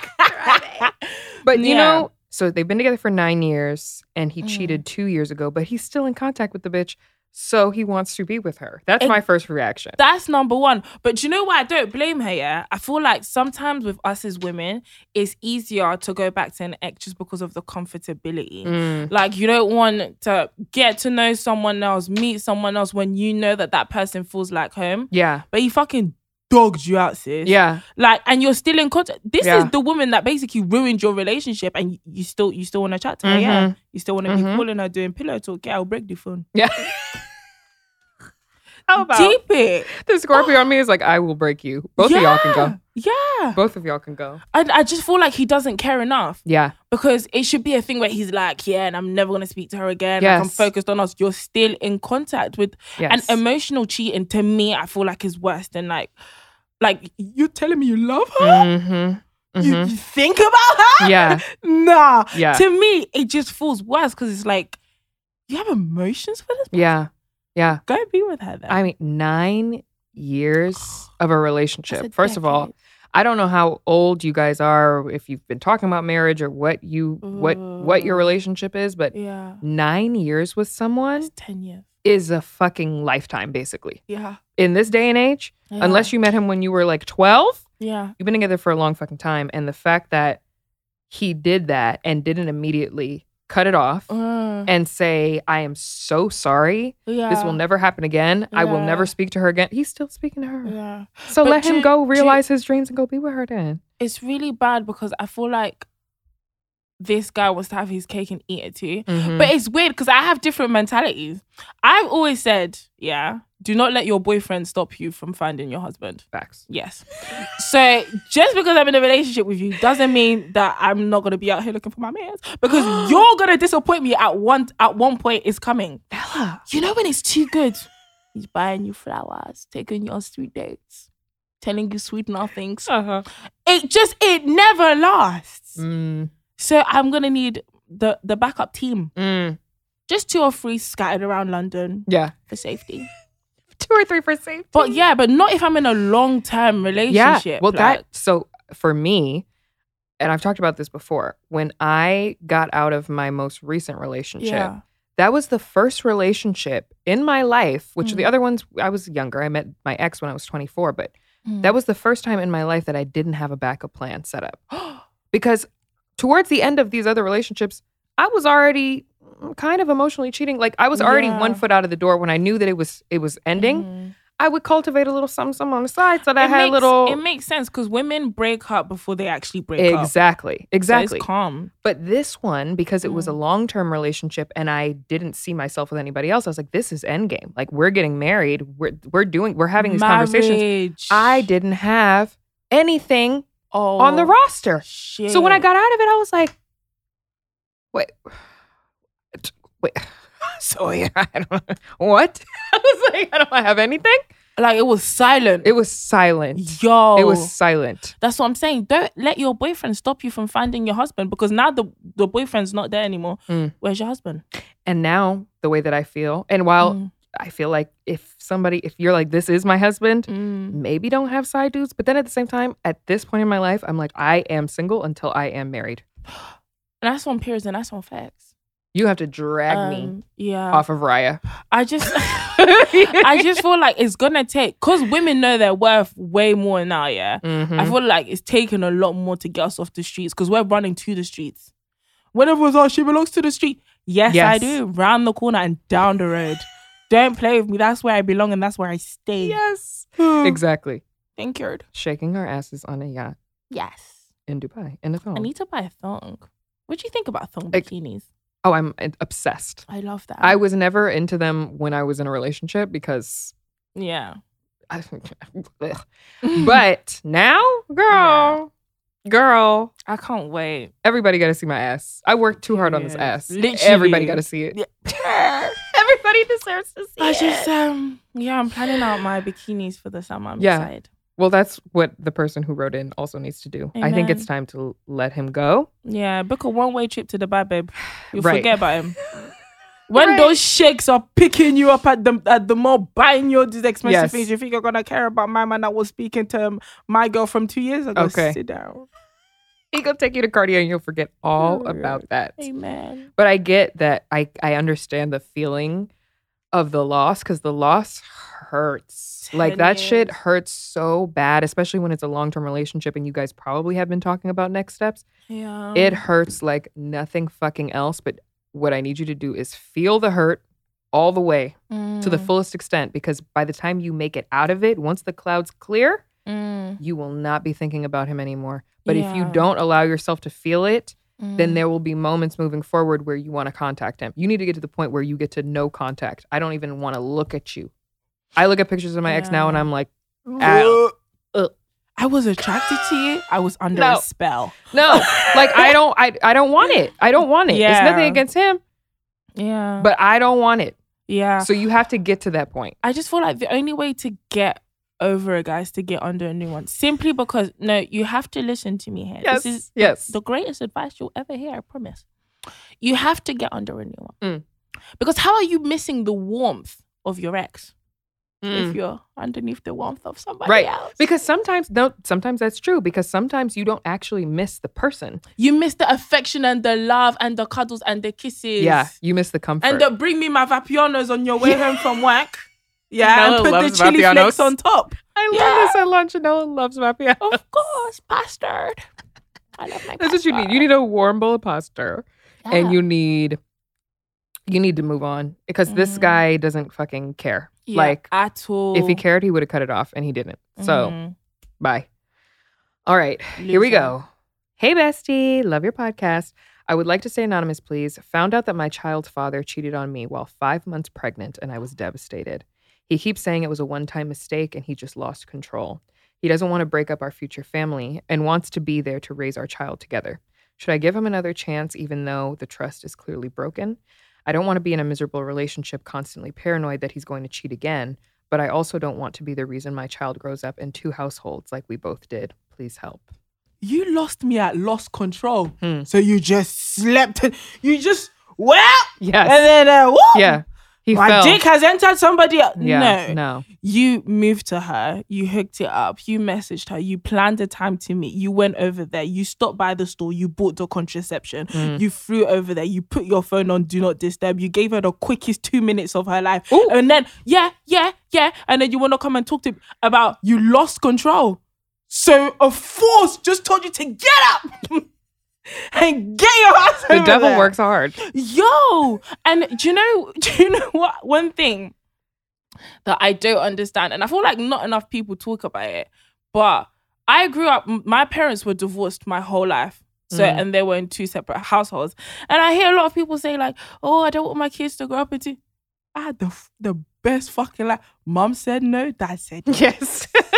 [SPEAKER 3] But you
[SPEAKER 5] Yeah.
[SPEAKER 3] know, so they've been together for nine years and he
[SPEAKER 5] Mm.
[SPEAKER 3] cheated two years ago, but he's still in contact with the bitch. So he wants to be with her. That's
[SPEAKER 5] And-
[SPEAKER 3] my first reaction.
[SPEAKER 5] That's number one. But do you know why I don't blame her? Yeah, I feel like sometimes with us as women, it's easier to go back to an ex just because of the comfortability.
[SPEAKER 3] Mm.
[SPEAKER 5] Like you don't want to get to know someone else, meet someone else when you know that that person feels like home,
[SPEAKER 3] Yeah.
[SPEAKER 5] but he fucking dogged you out, sis.
[SPEAKER 3] Yeah.
[SPEAKER 5] like, and you're still in contact. This
[SPEAKER 3] Yeah.
[SPEAKER 5] is the woman that basically ruined your relationship, and you, you still you still want to chat to her. Yeah,
[SPEAKER 3] Mhm.
[SPEAKER 5] you still want to
[SPEAKER 3] Mhm.
[SPEAKER 5] be calling her doing pillow talk. Yeah, I'll break the phone.
[SPEAKER 3] Yeah. How about
[SPEAKER 5] Deep it.
[SPEAKER 3] the Scorpio on me is like, I will break you. Both of y'all can go.
[SPEAKER 5] Yeah. Yeah.
[SPEAKER 3] Both of y'all can go.
[SPEAKER 5] I, I just feel like he doesn't care enough
[SPEAKER 3] Yeah.
[SPEAKER 5] because it should be a thing where he's like, yeah, and I'm never gonna speak to her again. Like, I'm
[SPEAKER 3] Yes.
[SPEAKER 5] focused on us. You're still in contact with
[SPEAKER 3] Yes.
[SPEAKER 5] and emotional cheating. To me, I feel like is worse than like, like you're telling me you love her.
[SPEAKER 3] mm-hmm.
[SPEAKER 5] You,
[SPEAKER 3] Mm-hmm.
[SPEAKER 5] you think about her?
[SPEAKER 3] Yeah.
[SPEAKER 5] nah.
[SPEAKER 3] Yeah.
[SPEAKER 5] To me, it just feels worse because it's like you have emotions for this.
[SPEAKER 3] Yeah. Yeah.
[SPEAKER 5] Go be with her then.
[SPEAKER 3] I mean, nine years of a
[SPEAKER 5] That's
[SPEAKER 3] relationship.
[SPEAKER 5] a
[SPEAKER 3] First of all,
[SPEAKER 5] decade.
[SPEAKER 3] I don't know how old you guys are, or if you've been talking about marriage or what you what what your
[SPEAKER 5] Ooh.
[SPEAKER 3] relationship is, but
[SPEAKER 5] yeah,
[SPEAKER 3] nine years with someone
[SPEAKER 5] it's ten years.
[SPEAKER 3] is a fucking lifetime, basically.
[SPEAKER 5] Yeah.
[SPEAKER 3] In this day and age,
[SPEAKER 5] yeah.
[SPEAKER 3] unless you met him when you were like twelve,
[SPEAKER 5] yeah,
[SPEAKER 3] you've been together for a long fucking time. And the fact that he did that and didn't immediately cut it off
[SPEAKER 5] Mm,
[SPEAKER 3] and say, I am so sorry.
[SPEAKER 5] yeah,
[SPEAKER 3] This will never happen again. I will
[SPEAKER 5] Yeah.
[SPEAKER 3] never speak to her again. He's still speaking to her.
[SPEAKER 5] Yeah.
[SPEAKER 3] So
[SPEAKER 5] But
[SPEAKER 3] let him
[SPEAKER 5] do-
[SPEAKER 3] go
[SPEAKER 5] do-
[SPEAKER 3] realize his dreams and go be with her then.
[SPEAKER 5] it's really bad because I feel like this guy wants to have his cake and eat it too.
[SPEAKER 3] Mm-hmm.
[SPEAKER 5] But it's weird because I have different mentalities. I've always said, yeah, do not let your boyfriend stop you from finding your husband.
[SPEAKER 3] facts.
[SPEAKER 5] Yes. So just because I'm in a relationship with you doesn't mean that I'm not gonna be out here looking for my man. Because you're gonna disappoint me at one at one point is coming.
[SPEAKER 3] Bella.
[SPEAKER 5] You know when it's too good? He's buying you flowers, taking you on sweet dates, telling you sweet nothings.
[SPEAKER 3] Uh-huh.
[SPEAKER 5] It just it never lasts.
[SPEAKER 3] Mm,
[SPEAKER 5] So I'm gonna need the the backup team.
[SPEAKER 3] mm.
[SPEAKER 5] Just two or three scattered around London
[SPEAKER 3] Yeah.
[SPEAKER 5] for safety.
[SPEAKER 3] Two or three for safety.
[SPEAKER 5] But yeah, but not if I'm in a long term
[SPEAKER 3] yeah.
[SPEAKER 5] relationship.
[SPEAKER 3] Well,
[SPEAKER 5] like-
[SPEAKER 3] that, so for me, and I've talked about this before, when I got out of my most recent relationship,
[SPEAKER 5] yeah.
[SPEAKER 3] that was the first relationship in my life, which the
[SPEAKER 5] Mhm.
[SPEAKER 3] other ones, I was younger. I met my ex when I was 24, but
[SPEAKER 5] Mm.
[SPEAKER 3] that was the first time in my life that I didn't have a backup plan set up. Because towards the end of these other relationships, I was already mm, kind of emotionally cheating. Like I was already
[SPEAKER 5] Yeah.
[SPEAKER 3] one foot out of the door when I knew that it was it was ending.
[SPEAKER 5] Mhm.
[SPEAKER 3] I would cultivate a little something, something on the side so that I
[SPEAKER 5] it
[SPEAKER 3] had
[SPEAKER 5] makes,
[SPEAKER 3] a little
[SPEAKER 5] It makes sense because women break up before they actually break up.
[SPEAKER 3] exactly
[SPEAKER 5] So
[SPEAKER 3] exactly.
[SPEAKER 5] it's calm.
[SPEAKER 3] But this one, because it was a
[SPEAKER 5] Mm.
[SPEAKER 3] long term relationship and I didn't see myself with anybody else, I was like, this is endgame. Like, we're getting married. We're, we're doing, we're having these conversations.
[SPEAKER 5] Marriage.
[SPEAKER 3] I didn't have anything
[SPEAKER 5] oh,
[SPEAKER 3] on the roster.
[SPEAKER 5] Shit.
[SPEAKER 3] So when I got out of it, I was like, wait, wait. So yeah, I don't know. What? I was like, I don't have anything.
[SPEAKER 5] like, it was silent.
[SPEAKER 3] It was silent.
[SPEAKER 5] Yo,
[SPEAKER 3] It was silent.
[SPEAKER 5] That's what I'm saying. Don't let your boyfriend stop you from finding your husband because now the the boyfriend's not there anymore.
[SPEAKER 3] Mm.
[SPEAKER 5] Where's your husband?
[SPEAKER 3] And now the way that I feel, and while
[SPEAKER 5] Mm.
[SPEAKER 3] I feel like if somebody, if you're like, this is my husband,
[SPEAKER 5] Mm.
[SPEAKER 3] maybe don't have side dudes. But then at the same time, at this point in my life, I'm like, I am single until I am married.
[SPEAKER 5] And that's on peers and that's on facts.
[SPEAKER 3] You have to drag me
[SPEAKER 5] Um, yeah.
[SPEAKER 3] off of Raya.
[SPEAKER 5] I just I just feel like it's gonna take because women know their worth way more now, yeah.
[SPEAKER 3] Mhm.
[SPEAKER 5] I feel like it's taken a lot more to get us off the streets because we're running to the streets. When everyone's like, she belongs to the street. Yes, I
[SPEAKER 3] Yes.
[SPEAKER 5] do. Round the corner and down the road. Don't play with me. That's where I belong and that's where I stay.
[SPEAKER 3] yes.
[SPEAKER 5] Exactly.
[SPEAKER 3] Exactly.
[SPEAKER 5] Thank you.
[SPEAKER 3] Shaking our asses on a yacht
[SPEAKER 5] Yes.
[SPEAKER 3] in Dubai in a
[SPEAKER 5] I
[SPEAKER 3] thong.
[SPEAKER 5] need to buy a thong. What do you think about thong
[SPEAKER 3] Like-
[SPEAKER 5] bikinis?
[SPEAKER 3] oh, I'm uh, obsessed.
[SPEAKER 5] I love that.
[SPEAKER 3] I was never into them when I was in a relationship because
[SPEAKER 5] yeah.
[SPEAKER 3] I, but now, girl, Girl,
[SPEAKER 5] I can't wait.
[SPEAKER 3] everybody got to see my ass. I worked too hard on this
[SPEAKER 5] Yes.
[SPEAKER 3] ass.
[SPEAKER 5] Literally.
[SPEAKER 3] Everybody got to see it.
[SPEAKER 4] Everybody deserves to see
[SPEAKER 5] I
[SPEAKER 4] it.
[SPEAKER 5] just um yeah, I'm planning out my bikinis for the summer. I'm
[SPEAKER 3] Yeah.
[SPEAKER 5] excited.
[SPEAKER 3] Well, that's what the person who wrote in also needs to do. I think
[SPEAKER 5] Amen.
[SPEAKER 3] it's time to let him go.
[SPEAKER 5] Yeah, book a one way trip to Dubai, babe. You
[SPEAKER 3] Right.
[SPEAKER 5] forget about him. When those shakes are picking you up at the at the mall, buying you all these expensive
[SPEAKER 3] Yes.
[SPEAKER 5] things, you think you're gonna care about my man that was speaking to um, my girl from two years ago?
[SPEAKER 3] Okay.
[SPEAKER 5] Sit down.
[SPEAKER 3] He gonna take you to Cartier and you'll forget all
[SPEAKER 5] Right.
[SPEAKER 3] about that.
[SPEAKER 5] Amen.
[SPEAKER 3] But I get that. I I understand the feeling of the loss because the loss hurts. Like
[SPEAKER 5] Ten
[SPEAKER 3] that shit
[SPEAKER 5] years.
[SPEAKER 3] hurts so bad, especially when it's a long term relationship and you guys probably have been talking about next steps.
[SPEAKER 5] Yeah.
[SPEAKER 3] It hurts like nothing fucking else. But what I need you to do is feel the hurt all the way to the
[SPEAKER 5] Mm,
[SPEAKER 3] fullest extent because by the time you make it out of it, once the clouds clear,
[SPEAKER 5] mm,
[SPEAKER 3] you will not be thinking about him anymore. But if you
[SPEAKER 5] Yeah.
[SPEAKER 3] don't allow yourself to feel it, then
[SPEAKER 5] mm.
[SPEAKER 3] there will be moments moving forward where you want to contact him. You need to get to the point where you get to no contact. I don't even want to look at you. I look at pictures of my ex now and
[SPEAKER 5] Yeah.
[SPEAKER 3] I'm like, ow.
[SPEAKER 5] I was attracted to you. I was under
[SPEAKER 3] No.
[SPEAKER 5] a spell.
[SPEAKER 3] no, like I don't, I, I don't want it. I don't want it. It's nothing
[SPEAKER 5] Yeah. Uh-huh.
[SPEAKER 3] against him,
[SPEAKER 5] Yeah.
[SPEAKER 3] but I don't want it.
[SPEAKER 5] yeah.
[SPEAKER 3] So you have to get to that point.
[SPEAKER 5] I just feel like the only way to get over a guy is to get under a new one. Simply because no, you have to listen to me here.
[SPEAKER 3] Yes,
[SPEAKER 5] This is
[SPEAKER 3] yes.
[SPEAKER 5] the greatest advice you'll ever hear, I promise. You have to get under a new one.
[SPEAKER 3] Mm.
[SPEAKER 5] Because how are you missing the warmth of your ex
[SPEAKER 3] Mm.
[SPEAKER 5] if you're underneath the warmth of somebody
[SPEAKER 3] Right.
[SPEAKER 5] else?
[SPEAKER 3] Because sometimes, no, sometimes that's true. Because sometimes you don't actually miss the person.
[SPEAKER 5] you miss the affection and the love and the cuddles and the kisses.
[SPEAKER 3] Yeah, you miss the comfort.
[SPEAKER 5] And the bring me my vapianos on your way home from work. Yeah,
[SPEAKER 3] Noah
[SPEAKER 5] and put
[SPEAKER 3] loves
[SPEAKER 5] the chili flakes
[SPEAKER 3] Vapianos.
[SPEAKER 5] on top.
[SPEAKER 3] I love
[SPEAKER 5] Yeah.
[SPEAKER 3] this at lunch, and no one loves my piano.
[SPEAKER 5] Of course, bastard. I love my
[SPEAKER 3] That's what you need. You need a warm bowl of pasta, and
[SPEAKER 5] Yeah.
[SPEAKER 3] you need you need to move on because this
[SPEAKER 5] Mhm.
[SPEAKER 3] guy doesn't fucking care.
[SPEAKER 5] Yeah,
[SPEAKER 3] Like
[SPEAKER 5] at all.
[SPEAKER 3] if he cared, he would have cut it off, and he didn't. So
[SPEAKER 5] Mhm.
[SPEAKER 3] bye. All right, here we
[SPEAKER 5] Loser.
[SPEAKER 3] go. Hey bestie, love your podcast. I would like to stay anonymous, please. Found out that my child's father cheated on me while five months pregnant, and I was devastated. He keeps saying it was a one time mistake and he just lost control. He doesn't want to break up our future family and wants to be there to raise our child together. Should I give him another chance, even though the trust is clearly broken? I don't want to be in a miserable relationship, constantly paranoid that he's going to cheat again, but I also don't want to be the reason my child grows up in two households like we both did. Please help.
[SPEAKER 5] You lost me at lost control.
[SPEAKER 3] Hmm.
[SPEAKER 5] So you just slept. You just well,
[SPEAKER 3] Yes.
[SPEAKER 5] and then uh, woo,
[SPEAKER 3] yeah. He
[SPEAKER 5] my
[SPEAKER 3] fell.
[SPEAKER 5] dick has entered somebody. Else.
[SPEAKER 3] yeah.
[SPEAKER 5] no.
[SPEAKER 3] No.
[SPEAKER 5] you moved to her. You hooked it up. You messaged her. You planned a time to meet. You went over there. You stopped by the store. You bought the contraception.
[SPEAKER 3] Mm.
[SPEAKER 5] You flew over there. You put your phone on do not disturb. You gave her the quickest two minutes of her life.
[SPEAKER 3] Ooh.
[SPEAKER 5] And then, yeah, yeah, yeah. And then you want to come and talk to about you lost control. So a force just told you to get up and get your ass
[SPEAKER 3] The
[SPEAKER 5] over
[SPEAKER 3] devil
[SPEAKER 5] there.
[SPEAKER 3] works hard.
[SPEAKER 5] Yo, and do you know? Do you know what? One thing that I don't understand, and I feel like not enough people talk about it. But I grew up; m- my parents were divorced my whole life, so
[SPEAKER 3] Mm.
[SPEAKER 5] and they were in two separate households. And I hear a lot of people say like, "Oh, I don't want my kids to grow up into." I had the f- the best fucking life. Mom said no, dad said yes.
[SPEAKER 3] Yes.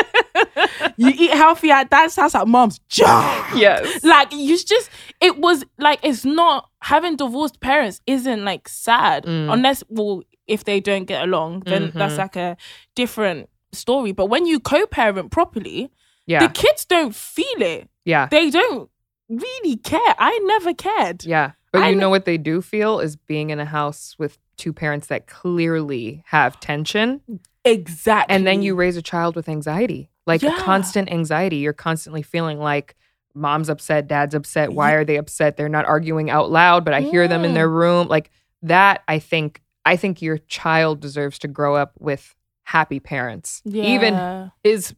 [SPEAKER 5] you eat healthy at dad's house at mom's job.
[SPEAKER 3] yes.
[SPEAKER 5] Like you just it was like it's not having divorced parents isn't like sad
[SPEAKER 3] Mm.
[SPEAKER 5] unless well if they don't get along then that's
[SPEAKER 3] Mhm.
[SPEAKER 5] like a different story but when you co-parent properly
[SPEAKER 3] Yeah.
[SPEAKER 5] the kids don't feel it
[SPEAKER 3] yeah.
[SPEAKER 5] they don't really care I never cared
[SPEAKER 3] Yeah. But
[SPEAKER 5] I
[SPEAKER 3] you
[SPEAKER 5] kn-
[SPEAKER 3] know what they do feel is being in a house with two parents that clearly have tension.
[SPEAKER 5] exactly
[SPEAKER 3] And then you raise a child with anxiety, like
[SPEAKER 5] Mm. Yeah.
[SPEAKER 3] constant anxiety. You're constantly feeling like mom's upset, dad's upset. Why
[SPEAKER 5] Ye-
[SPEAKER 3] are they upset? They're not arguing out loud, but I hear them in
[SPEAKER 5] Mm.
[SPEAKER 3] their room. Like that, I think, I think your child deserves to grow up with happy parents. Even
[SPEAKER 5] Yeah.
[SPEAKER 3] his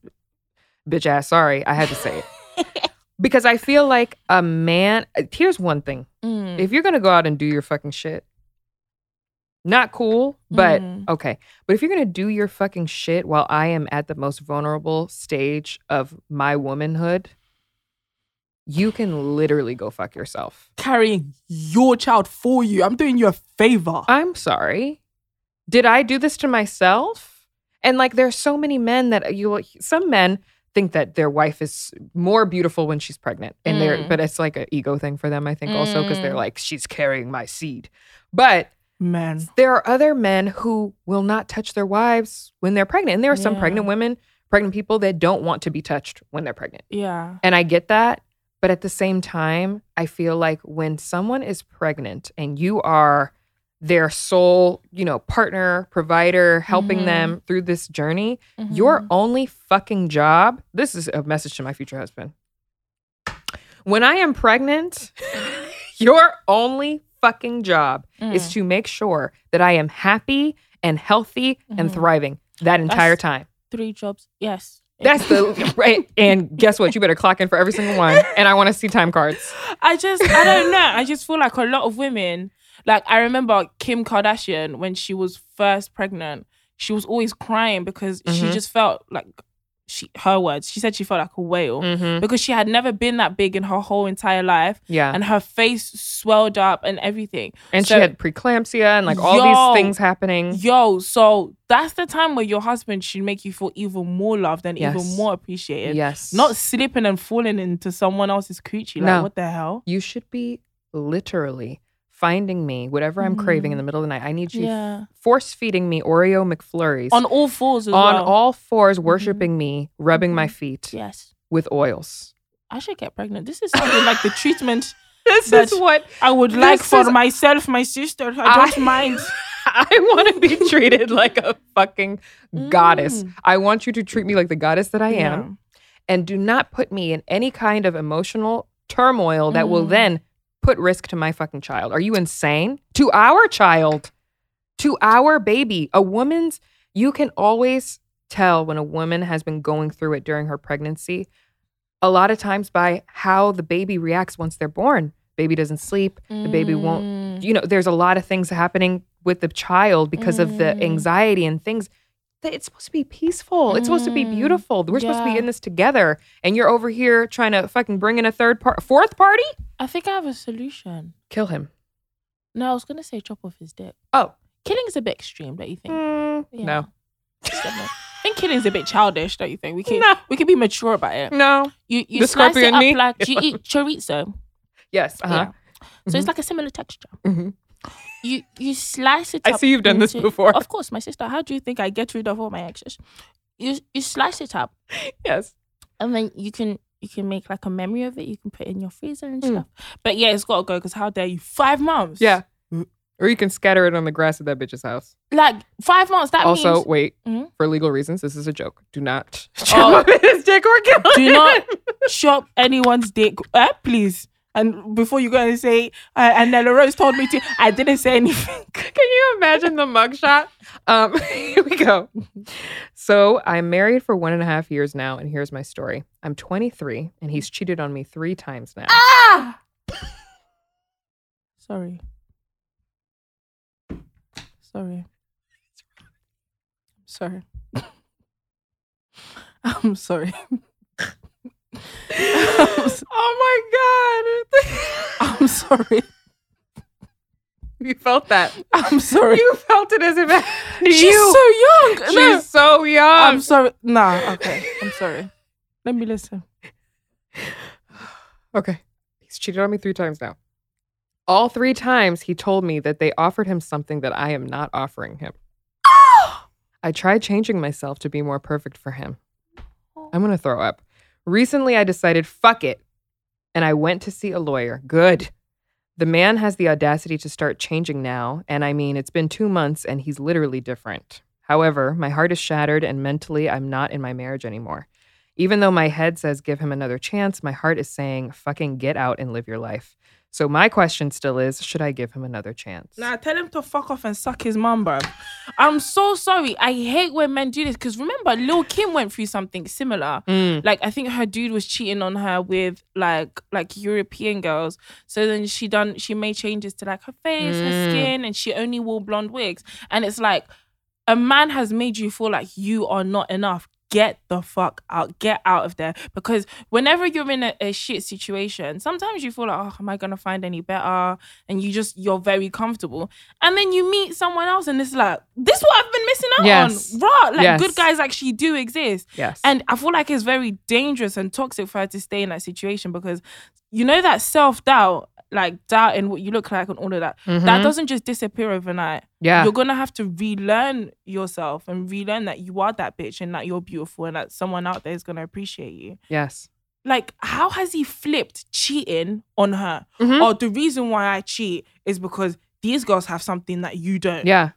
[SPEAKER 3] bitch ass. Sorry, I had to say it. Because I feel like a man, here's one thing
[SPEAKER 5] Mm.
[SPEAKER 3] if you're gonna go out and do your fucking shit, not cool, but
[SPEAKER 5] Mm.
[SPEAKER 3] okay. But if you're gonna do your fucking shit while I am at the most vulnerable stage of my womanhood, you can literally go fuck yourself.
[SPEAKER 5] carrying your child for you I'm doing you a favor
[SPEAKER 3] I'm sorry. Did I do this to myself? And like, there's so many men that you, some men think that their wife is more beautiful when she's pregnant and they're
[SPEAKER 7] Mm.
[SPEAKER 3] but it's like an ego thing for them i think also because they're like she's carrying my seed but
[SPEAKER 5] Man.
[SPEAKER 3] there are other men who will not touch their wives when they're pregnant and there are some
[SPEAKER 5] Yeah.
[SPEAKER 3] pregnant women pregnant people that don't want to be touched when they're pregnant
[SPEAKER 5] Yeah.
[SPEAKER 3] and I get that. But at the same time, I feel like when someone is pregnant and you are their sole, you know, partner, provider, helping
[SPEAKER 7] Mhm.
[SPEAKER 3] them through this journey, your only fucking job. This is a message to my future husband. When I am pregnant, your only fucking job is to make sure that I am happy and healthy and
[SPEAKER 5] Mhm.
[SPEAKER 3] thriving that entire time.
[SPEAKER 5] Three jobs. Yes.
[SPEAKER 3] That's the right. And guess what? You better clock in for every single one. And I want to see time cards.
[SPEAKER 5] I just, I don't know. I just feel like a lot of women, like I remember Kim Kardashian when she was first pregnant, she was always crying because she
[SPEAKER 3] Mhm.
[SPEAKER 5] just felt like she, her words, she said she felt like a whale
[SPEAKER 3] Mm-hmm.
[SPEAKER 5] because she had never been that big in her whole entire life
[SPEAKER 3] Yeah. And,
[SPEAKER 5] and her face swelled up and everything.
[SPEAKER 3] she
[SPEAKER 5] so-
[SPEAKER 3] had preeclampsia and like all
[SPEAKER 5] Yo.
[SPEAKER 3] these things happening.
[SPEAKER 5] Yo, so that's the time where your husband should make you feel even more loved and even
[SPEAKER 3] Yes.
[SPEAKER 5] more appreciated.
[SPEAKER 3] Yes.
[SPEAKER 5] Not slipping and falling into someone else's coochie. Like,
[SPEAKER 3] No.
[SPEAKER 5] what the hell?
[SPEAKER 3] you should be literally finding me whatever I'm craving in the middle of the night. I need you
[SPEAKER 5] Yeah.
[SPEAKER 3] force feeding me Oreo McFlurries
[SPEAKER 5] On all fours as
[SPEAKER 3] on
[SPEAKER 5] well.
[SPEAKER 3] all fours, worshiping me, rubbing my feet
[SPEAKER 5] Yes.
[SPEAKER 3] with oils.
[SPEAKER 5] I should get pregnant. This is something like the treatment
[SPEAKER 3] This
[SPEAKER 5] That's-
[SPEAKER 3] is what
[SPEAKER 5] I would
[SPEAKER 3] This
[SPEAKER 5] like for
[SPEAKER 3] is-
[SPEAKER 5] myself, my sister. I don't
[SPEAKER 3] I-
[SPEAKER 5] mind.
[SPEAKER 3] I want to be treated like a fucking goddess.
[SPEAKER 5] Mm.
[SPEAKER 3] I want you to treat me like the goddess that I am.
[SPEAKER 5] Yeah.
[SPEAKER 3] and do not put me in any kind of emotional turmoil that will
[SPEAKER 5] Mm.
[SPEAKER 3] then put risk to my fucking child. Are you insane? To our child, to our baby, a woman's, you can always tell when a woman has been going through it during her pregnancy, a lot of times by how the baby reacts once they're born. Baby doesn't sleep, the baby won't
[SPEAKER 5] Mm.
[SPEAKER 3] you know there's a lot of things happening with the child because of the
[SPEAKER 5] Mm.
[SPEAKER 3] anxiety and things that it's supposed to be peaceful it's supposed to be
[SPEAKER 5] Mm.
[SPEAKER 3] beautiful we're supposed to
[SPEAKER 5] Yeah.
[SPEAKER 3] be in this together and you're over here trying to fucking bring in a third part fourth party
[SPEAKER 5] I think I have a solution.
[SPEAKER 3] kill him
[SPEAKER 5] No, I was gonna say chop off his dick.
[SPEAKER 3] oh
[SPEAKER 5] Killing's a bit extreme, don't you think?
[SPEAKER 3] Mm,
[SPEAKER 5] Yeah.
[SPEAKER 3] no
[SPEAKER 5] Definitely. I think killing's a bit childish, don't you think? We can we can be mature about it.
[SPEAKER 3] no
[SPEAKER 5] You you
[SPEAKER 3] Mm. The
[SPEAKER 5] slice it
[SPEAKER 3] scorpion
[SPEAKER 5] up
[SPEAKER 3] meat?
[SPEAKER 5] like do you eat chorizo.
[SPEAKER 3] yes uh-huh
[SPEAKER 5] So it's like a similar texture.
[SPEAKER 3] Mhm.
[SPEAKER 5] You you slice it.
[SPEAKER 3] I
[SPEAKER 5] up
[SPEAKER 3] see you've done this
[SPEAKER 5] into-
[SPEAKER 3] before.
[SPEAKER 5] Of course, my sister. How do you think I get rid of all my exes? You you slice it up,
[SPEAKER 3] yes
[SPEAKER 5] and then you can you can make like a memory of it. You can put it in your freezer and
[SPEAKER 3] Mm.
[SPEAKER 5] stuff. But yeah, it's gotta go because how dare you? Five months.
[SPEAKER 3] yeah or you can scatter it on the grass at that bitch's house
[SPEAKER 5] like five months. That
[SPEAKER 3] also
[SPEAKER 5] means
[SPEAKER 3] wait
[SPEAKER 5] Mhm.
[SPEAKER 3] for legal reasons this is a joke do not
[SPEAKER 5] Oh.
[SPEAKER 3] chop Mm-hmm. oh. his dick or kill him
[SPEAKER 5] do not chop anyone's dick, eh, please. And before you go and say, uh, and Nella Rose told me to, I didn't say anything.
[SPEAKER 3] Can you imagine the mugshot? Um, here we go. So I'm married for one and a half years now, and here's my story. I'm 23, and he's cheated on me three times now.
[SPEAKER 5] Sorry. Sorry. Sorry. I'm sorry. I'm s-
[SPEAKER 3] oh my god!
[SPEAKER 5] I'm sorry.
[SPEAKER 3] you felt that.
[SPEAKER 5] I'm sorry.
[SPEAKER 3] You felt it as if it-
[SPEAKER 5] She's
[SPEAKER 3] you.
[SPEAKER 5] so young. No. Um,
[SPEAKER 3] She's so young.
[SPEAKER 5] I'm sorry. Nah, okay. I'm sorry. Let me listen.
[SPEAKER 3] Okay. He's cheated on me three times now. All three times he told me that they offered him something that I am not offering him. I tried changing myself to be more perfect for him. I'm going to throw up. Recently, I decided, fuck it. And I went to see a lawyer. Good. The man has the audacity to start changing now. And I mean, it's been two months and he's literally different. However, my heart is shattered and mentally, I'm not in my marriage anymore. Even though my head says give him another chance, my heart is saying fucking get out and live your life. So my question still is, should I give him another chance?
[SPEAKER 5] Nah, tell him to fuck off and suck his mum, bro. I'm so sorry. I hate when men do this because remember, Lil Kim went through something similar.
[SPEAKER 3] Mm.
[SPEAKER 5] Like I think her dude was cheating on her with like like European girls. So then she done she made changes to like her face, her
[SPEAKER 3] Mm.
[SPEAKER 5] skin, and she only wore blonde wigs. And it's like a man has made you feel like you are not enough. get the fuck out, get out of there. Because whenever you're in a, a shit situation, sometimes you feel like, oh, am I gonna find any better? And you just you're very comfortable, and then you meet someone else, and it's like, this is what I've been missing out
[SPEAKER 3] Yes.
[SPEAKER 5] on. Raw, like
[SPEAKER 3] Yes.
[SPEAKER 5] good guys actually do exist.
[SPEAKER 3] Yes.
[SPEAKER 5] And I feel like it's very dangerous and toxic for her to stay in that situation because you know that self doubt, like doubting what you look like and all of that, that
[SPEAKER 3] Mhm.
[SPEAKER 5] doesn't just disappear overnight.
[SPEAKER 3] yeah.
[SPEAKER 5] You're gonna have to relearn yourself and relearn that you are that bitch and that you're beautiful and that someone out there is gonna appreciate you.
[SPEAKER 3] yes.
[SPEAKER 5] Like, how has he flipped cheating on her?
[SPEAKER 3] Mhm.
[SPEAKER 5] Or the reason why I cheat is because these girls have something that you don't.
[SPEAKER 3] Yeah.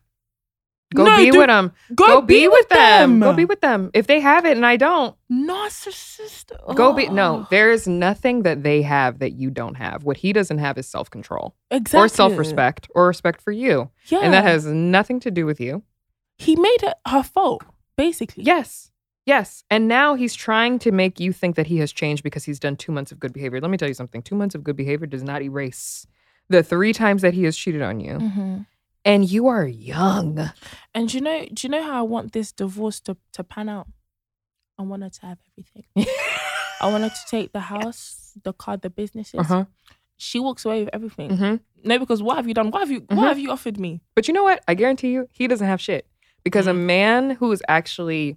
[SPEAKER 3] Go
[SPEAKER 5] No,
[SPEAKER 3] be
[SPEAKER 5] dude,
[SPEAKER 3] with them. Go, be, with them. Go be with them. If they have it and I don't,
[SPEAKER 5] narcissist.
[SPEAKER 3] go be. No,
[SPEAKER 5] Ugh.
[SPEAKER 3] there is nothing that they have that you don't have. What he doesn't have is self control
[SPEAKER 5] exactly.
[SPEAKER 3] or self respect or respect for you.
[SPEAKER 5] Yeah.
[SPEAKER 3] And that has nothing to do with you.
[SPEAKER 5] he made it her fault, basically.
[SPEAKER 3] Yes. Yes. And now he's trying to make you think that he has changed because he's done two months of good behavior. Let me tell you something two months of good behavior does not erase the three times that he has cheated on you.
[SPEAKER 5] Mhm.
[SPEAKER 3] And you are young.
[SPEAKER 5] And do you know, do you know how I want this divorce to, to pan out? I want her to have everything. I want her to take the house, the car, the businesses.
[SPEAKER 3] Uh-huh.
[SPEAKER 5] She walks away with everything.
[SPEAKER 3] Mhm.
[SPEAKER 5] No, because what have you done? What have you
[SPEAKER 3] Mhm.
[SPEAKER 5] what have you offered me?
[SPEAKER 3] But you know what? I guarantee you, he doesn't have shit. Because a
[SPEAKER 5] Mm.
[SPEAKER 3] man who is actually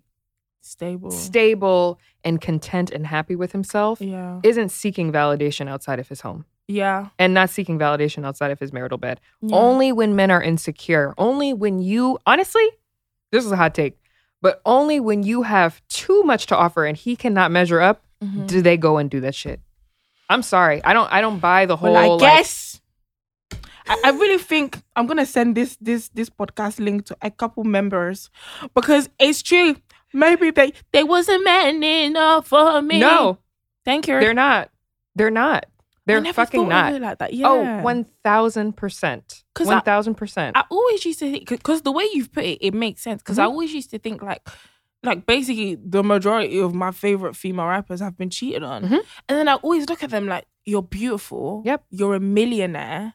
[SPEAKER 5] Stable.
[SPEAKER 3] stable and content and happy with himself
[SPEAKER 5] yeah.
[SPEAKER 3] isn't seeking validation outside of his home
[SPEAKER 5] yeah.
[SPEAKER 3] and not seeking validation outside of his marital bed.
[SPEAKER 5] Yeah.
[SPEAKER 3] Only when men are insecure, only when you, honestly, this is a hot take, but only when you have too much to offer and he cannot measure up,
[SPEAKER 5] Mhm.
[SPEAKER 3] do they go and do that shit. I'm sorry. I don't I don't buy the whole
[SPEAKER 5] Well, I
[SPEAKER 3] like-
[SPEAKER 5] guess I, I really think I'm gonna send this this this podcast link to a couple members because it's true. Maybe they they wasn't man enough for me.
[SPEAKER 3] no,
[SPEAKER 5] thank you.
[SPEAKER 3] they're not. They're not. They're
[SPEAKER 5] I never thought
[SPEAKER 3] fucking
[SPEAKER 5] of
[SPEAKER 3] not.
[SPEAKER 5] it like that.
[SPEAKER 3] Oh,
[SPEAKER 5] Yeah.
[SPEAKER 3] one thousand percent.
[SPEAKER 5] 'Cause I-
[SPEAKER 3] One thousand percent.
[SPEAKER 5] I always used to think because the way you've put it, it makes sense. Because I
[SPEAKER 3] Mm-hmm.
[SPEAKER 5] always used to think like, like basically the majority of my favorite female rappers have been cheated on,
[SPEAKER 3] Mhm.
[SPEAKER 5] and then I always look at them like, you're beautiful.
[SPEAKER 3] Yep.
[SPEAKER 5] You're a millionaire.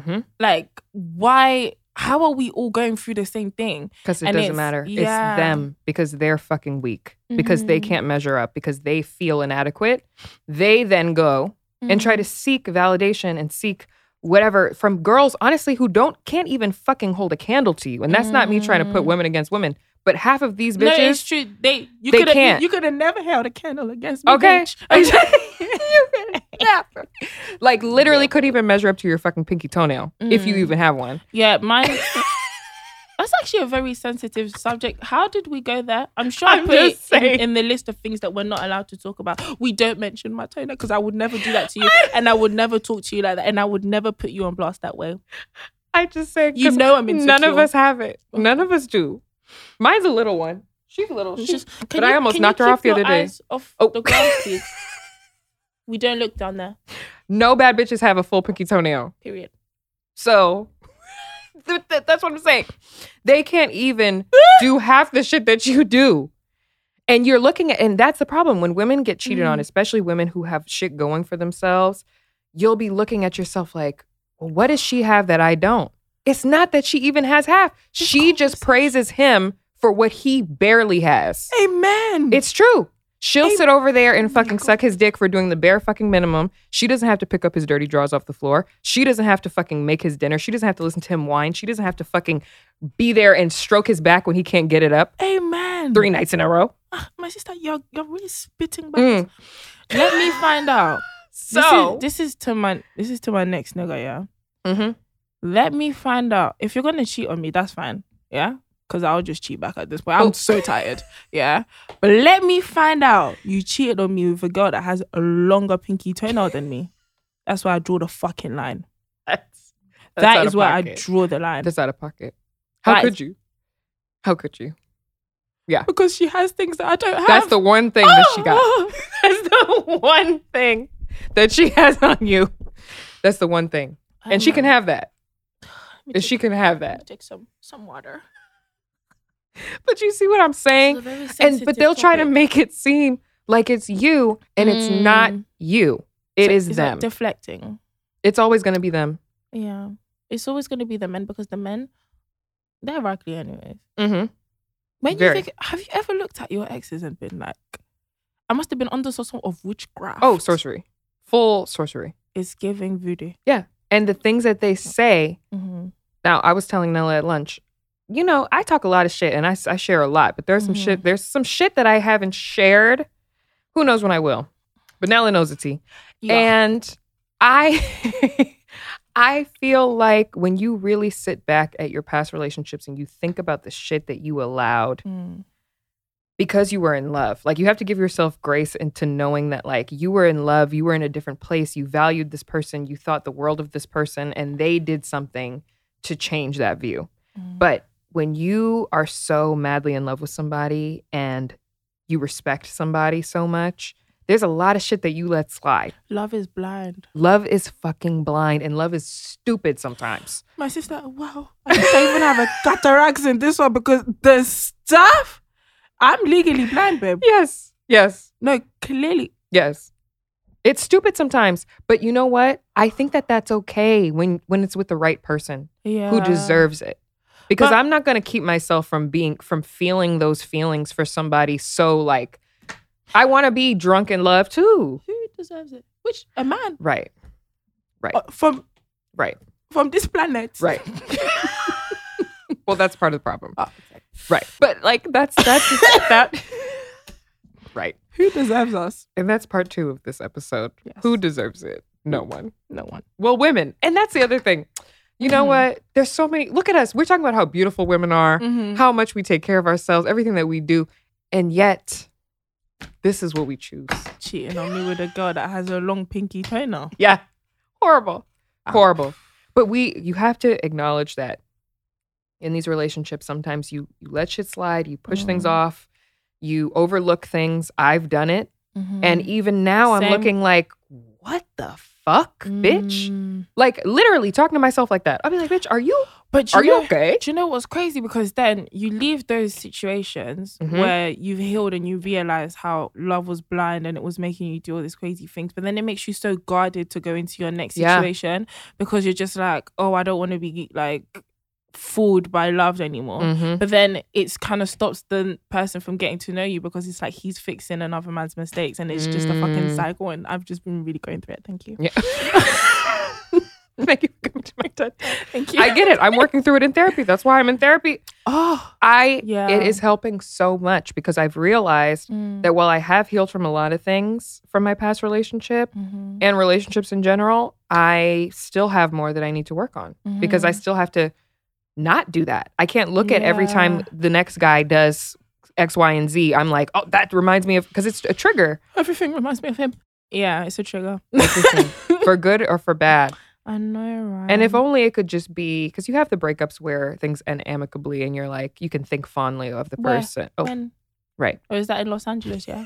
[SPEAKER 3] Mhm.
[SPEAKER 5] Like, why? How are we all going through the same thing?
[SPEAKER 3] Because it
[SPEAKER 5] And
[SPEAKER 3] doesn't
[SPEAKER 5] it's-
[SPEAKER 3] matter.
[SPEAKER 5] yeah.
[SPEAKER 3] It's them because they're fucking weak. Because they
[SPEAKER 5] Mhm.
[SPEAKER 3] can't measure up. Because they feel inadequate. They then go and try to
[SPEAKER 5] Mm-hmm.
[SPEAKER 3] seek validation and seek whatever from girls, honestly, who don't can't even fucking hold a candle to you. And that's not me trying to put
[SPEAKER 5] Mm.
[SPEAKER 3] women against women. But half of these
[SPEAKER 5] No, it's
[SPEAKER 3] bitches,
[SPEAKER 5] true. They you
[SPEAKER 3] They
[SPEAKER 5] could have
[SPEAKER 3] can't.
[SPEAKER 5] you could have never held a candle against me.
[SPEAKER 3] Okay.
[SPEAKER 5] bitch. I'm just-
[SPEAKER 3] like literally, couldn't even measure up to your fucking pinky toenail if you
[SPEAKER 5] Mm.
[SPEAKER 3] even have one.
[SPEAKER 5] yeah, mine. That's actually a very sensitive subject. How did we go there? I'm sure i
[SPEAKER 3] I'm
[SPEAKER 5] put it
[SPEAKER 3] just
[SPEAKER 5] in,
[SPEAKER 3] saying.
[SPEAKER 5] in the list of things that we're not allowed to talk about. We don't mention my toner because I would never do that to you, and I would never talk to you like that, and I would never put you on blast that way.
[SPEAKER 3] I just say,
[SPEAKER 5] You know I'm
[SPEAKER 3] None of
[SPEAKER 5] insecure. Oh.
[SPEAKER 3] us have it. None of us do. Mine's a little one. She's little.
[SPEAKER 5] It's
[SPEAKER 3] She's
[SPEAKER 5] just- can
[SPEAKER 3] but I almost
[SPEAKER 5] can
[SPEAKER 3] knocked her
[SPEAKER 5] keep
[SPEAKER 3] off the
[SPEAKER 5] your
[SPEAKER 3] other day.
[SPEAKER 5] eyes Off
[SPEAKER 3] Oh.
[SPEAKER 5] the ground, please. we don't look down there.
[SPEAKER 3] no bad bitches have a full pinky toenail.
[SPEAKER 5] Period.
[SPEAKER 3] So th- th- that's what I'm saying. They can't even do half the shit that you do. And you're looking at, and that's the problem when women get cheated on, especially women who have shit going for themselves. You'll be looking at yourself like, well, what does she have that I don't? It's not that she even has half. She just praises him for what he barely has.
[SPEAKER 5] Amen.
[SPEAKER 3] It's true. She'll sit over there and fucking suck his dick for doing the bare fucking minimum. She doesn't have to pick up his dirty drawers off the floor. She doesn't have to fucking make his dinner. She doesn't have to listen to him whine. She doesn't have to fucking be there and stroke his back when he can't get it up
[SPEAKER 5] Amen.
[SPEAKER 3] three nights in a row.
[SPEAKER 5] Ah, my sister, you're you're really spitting back.
[SPEAKER 3] Mm.
[SPEAKER 5] Let me find out.
[SPEAKER 3] So,
[SPEAKER 5] this is, this is to my this is to my next nigga, yeah.
[SPEAKER 3] Mhm.
[SPEAKER 5] Let me find out. If you're gonna cheat on me, that's fine. Yeah? Cause I'll just cheat back at this point.
[SPEAKER 3] Oh.
[SPEAKER 5] I'm so tired. Yeah. But let me find out. You cheated on me with a girl that has a longer pinky toenail than me. That's where I draw the fucking line.
[SPEAKER 3] that's, that's
[SPEAKER 5] That's
[SPEAKER 3] out of
[SPEAKER 5] where I
[SPEAKER 3] pocket.
[SPEAKER 5] draw the line.
[SPEAKER 3] That's out of pocket. How
[SPEAKER 5] That is-
[SPEAKER 3] could you? How could you?
[SPEAKER 5] because she has things that I don't have.
[SPEAKER 3] That's the one thing that she got.
[SPEAKER 5] Oh.
[SPEAKER 3] That's the one thing that she has on you. That's the one thing.
[SPEAKER 5] I
[SPEAKER 3] And she can
[SPEAKER 5] know.
[SPEAKER 3] have that.
[SPEAKER 5] Let me
[SPEAKER 3] And
[SPEAKER 5] take-
[SPEAKER 3] she can have
[SPEAKER 5] let me
[SPEAKER 3] that.
[SPEAKER 5] Take some some water.
[SPEAKER 3] But you see what I'm
[SPEAKER 5] It's a
[SPEAKER 3] saying?
[SPEAKER 5] very
[SPEAKER 3] And
[SPEAKER 5] sensitive
[SPEAKER 3] but they'll try to
[SPEAKER 5] topic.
[SPEAKER 3] make it seem like it's you and it's not
[SPEAKER 5] Mm.
[SPEAKER 3] you. It
[SPEAKER 5] So
[SPEAKER 3] is
[SPEAKER 5] it's like
[SPEAKER 3] them.
[SPEAKER 5] deflecting.
[SPEAKER 3] it's always going to be them.
[SPEAKER 5] Yeah. It's always going to be the men because the men, they're ugly anyways.
[SPEAKER 3] Mhm.
[SPEAKER 5] When
[SPEAKER 3] Very.
[SPEAKER 5] you think, have you ever looked at your exes and been like, I must have been under some sort of witchcraft?
[SPEAKER 3] Oh, sorcery. Full sorcery.
[SPEAKER 5] It's giving voodoo.
[SPEAKER 3] And the things that they say.
[SPEAKER 5] Mm-hmm.
[SPEAKER 3] Now, I was telling Nella at lunch, you know, I talk a lot of shit and I, s- I share a lot, but there's some
[SPEAKER 5] Mhm.
[SPEAKER 3] shit, there's some shit that I haven't shared. Who knows when I will? But Nella knows it's E. tea. And I I feel like when you really sit back at your past relationships and you think about the shit that you allowed
[SPEAKER 5] Mm.
[SPEAKER 3] because you were in love. Like you have to give yourself grace into knowing that like you were in love, you were in a different place, you valued this person, you thought the world of this person and they did something to change that view. But when you are so madly in love with somebody and you respect somebody so much, there's a lot of shit that you let slide.
[SPEAKER 5] love is blind.
[SPEAKER 3] Love is fucking blind and love is stupid sometimes.
[SPEAKER 5] My sister, wow, I think I even have a cataracts in this one because the stuff. I'm legally blind, babe.
[SPEAKER 3] Yes. Yes.
[SPEAKER 5] No, clearly.
[SPEAKER 3] Yes. It's stupid sometimes, but you know what? I think that that's okay when when it's with the right person
[SPEAKER 5] Yeah.
[SPEAKER 3] who deserves it. Because
[SPEAKER 5] But-
[SPEAKER 3] I'm not going to keep myself from being from feeling those feelings for somebody so like I want to be drunk in love too.
[SPEAKER 5] Who deserves it? Which a man
[SPEAKER 3] Right.
[SPEAKER 5] uh, from
[SPEAKER 3] Right.
[SPEAKER 5] from this planet.
[SPEAKER 3] Right. well, that's part of the problem.
[SPEAKER 5] Oh, okay.
[SPEAKER 3] Uh, Right. But like that's that's that Right.
[SPEAKER 5] Who deserves us?
[SPEAKER 3] And that's part 2 of this episode.
[SPEAKER 5] Yes. Mm.
[SPEAKER 3] Who deserves it? No one.
[SPEAKER 5] No one. Mm.
[SPEAKER 3] Well, women. And that's the other thing. You know what? There's so many. Look at us. We're talking about how beautiful women are,
[SPEAKER 5] Mm-hmm.
[SPEAKER 3] how much we take care of ourselves, everything that we do. And yet, this is what we choose.
[SPEAKER 5] Cheating on me with a girl that has a long pinky toe now.
[SPEAKER 3] Yeah. Horrible. Horrible. But we you have to acknowledge that in these relationships sometimes you you let shit slide, you push things
[SPEAKER 5] Mhm.
[SPEAKER 3] off, you overlook things. I've done it.
[SPEAKER 5] Mm-hmm.
[SPEAKER 3] And even now I'm
[SPEAKER 5] Mm. Same.
[SPEAKER 3] looking like, what the fuck, bitch?
[SPEAKER 5] Mm.
[SPEAKER 3] Like literally talking to myself like that. I'll be like, bitch, are you
[SPEAKER 5] But you
[SPEAKER 3] Are you
[SPEAKER 5] know-
[SPEAKER 3] okay?
[SPEAKER 5] Do you know what's crazy? Because then you leave those situations
[SPEAKER 3] Mhm.
[SPEAKER 5] where you've healed and you realize how love was blind and it was making you do all these crazy things. But then it makes you so guarded to go into your next
[SPEAKER 3] Yeah.
[SPEAKER 5] situation because you're just like, oh, I don't want to be like fooled by love anymore.
[SPEAKER 3] Mhm.
[SPEAKER 5] But then it's kind of stops the person from getting to know you because it's like he's fixing another man's mistakes and it's just a fucking
[SPEAKER 3] Mm.
[SPEAKER 5] cycle. And I've just been really going through it. Thank you.
[SPEAKER 3] Yeah. Thank you for coming to my TED Talk.
[SPEAKER 5] Thank you.
[SPEAKER 3] I get it. I'm working through it in therapy. That's why I'm in therapy.
[SPEAKER 5] Oh,
[SPEAKER 3] I
[SPEAKER 5] Yeah. Mm.
[SPEAKER 3] it is helping so much because I've realized that while I have healed from a lot of things from my past relationship
[SPEAKER 5] Mhm.
[SPEAKER 3] and relationships in general, I still have more that I need to work on because
[SPEAKER 5] Mm-hmm.
[SPEAKER 3] I still have to not do that. I can't look at every time
[SPEAKER 5] Yeah.
[SPEAKER 3] the next guy does X, Y, and Z. I'm like, oh, that reminds me of because it's a trigger
[SPEAKER 5] everything reminds me of him. Yeah, it's a trigger.
[SPEAKER 3] for good or for bad.
[SPEAKER 5] I know, right?
[SPEAKER 3] And if only it could just be because you have the breakups where things end amicably and you're like, you can think fondly of the
[SPEAKER 5] Where?
[SPEAKER 3] person. Oh,
[SPEAKER 5] when
[SPEAKER 3] right.
[SPEAKER 5] or is that in Los Angeles? Yeah.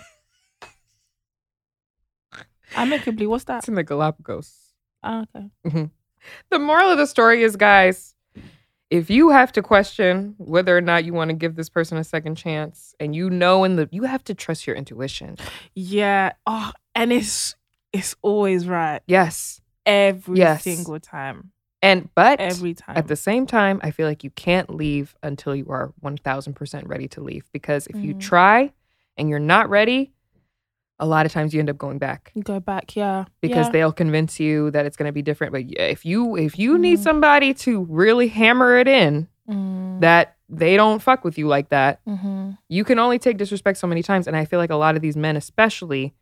[SPEAKER 5] Amicably, what's that?
[SPEAKER 3] It's in the Galapagos.
[SPEAKER 5] Ah, okay.
[SPEAKER 3] The moral of the story is, guys, if you have to question whether or not you want to give this person a second chance and you know in the, you have to trust your intuition.
[SPEAKER 5] Yeah. Oh, and it's it's always right
[SPEAKER 3] Yes.
[SPEAKER 5] every
[SPEAKER 3] Yes.
[SPEAKER 5] single time.
[SPEAKER 3] And, but
[SPEAKER 5] Every time.
[SPEAKER 3] at the same time, I feel like you can't leave until you are 1000% ready to leave because if you
[SPEAKER 5] Mhm.
[SPEAKER 3] try and you're not ready, a lot of times you end up going back.
[SPEAKER 5] You go back, yeah.
[SPEAKER 3] because
[SPEAKER 5] yeah.
[SPEAKER 3] they'll convince you that it's going to be different but yeah, if you if you need
[SPEAKER 5] Mhm.
[SPEAKER 3] somebody to really hammer it in
[SPEAKER 5] Mm,
[SPEAKER 3] that they don't fuck with you like that
[SPEAKER 5] mhm.
[SPEAKER 3] you can only take disrespect so many times and i feel like a lot of these men especially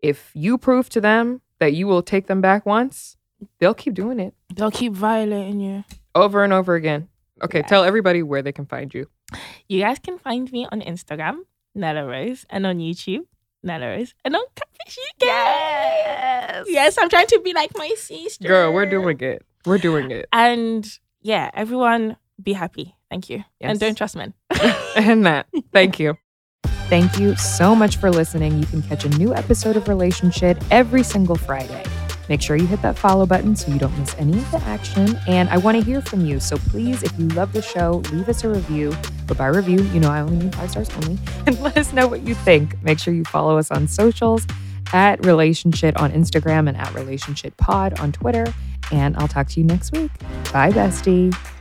[SPEAKER 3] if you prove to them that you will take them back once they'll keep doing it
[SPEAKER 5] They'll keep violating you.
[SPEAKER 3] over and over again okay tell everybody where they can find you
[SPEAKER 5] You guys can find me on Instagram, Nella Rose, and on YouTube, Nella Rose, and on Catfish UK. Yes. Yes, I'm trying to be like my sister.
[SPEAKER 3] girl we're doing it we're doing it
[SPEAKER 5] And yeah, everyone be happy. Thank you.
[SPEAKER 3] Yes.
[SPEAKER 5] And don't trust men.
[SPEAKER 3] and that. Thank you. Thank you so much for listening. You can catch a new episode of Relationship every single Friday. Make sure you hit that follow button so you don't miss any of the action. And I want to hear from you. So please, if you love the show, leave us a review. But by review, you know I only mean five stars only. And let us know what you think. Make sure you follow us on socials at Relationship on Instagram and at Relationship Pod on Twitter. And I'll talk to you next week. Bye, bestie.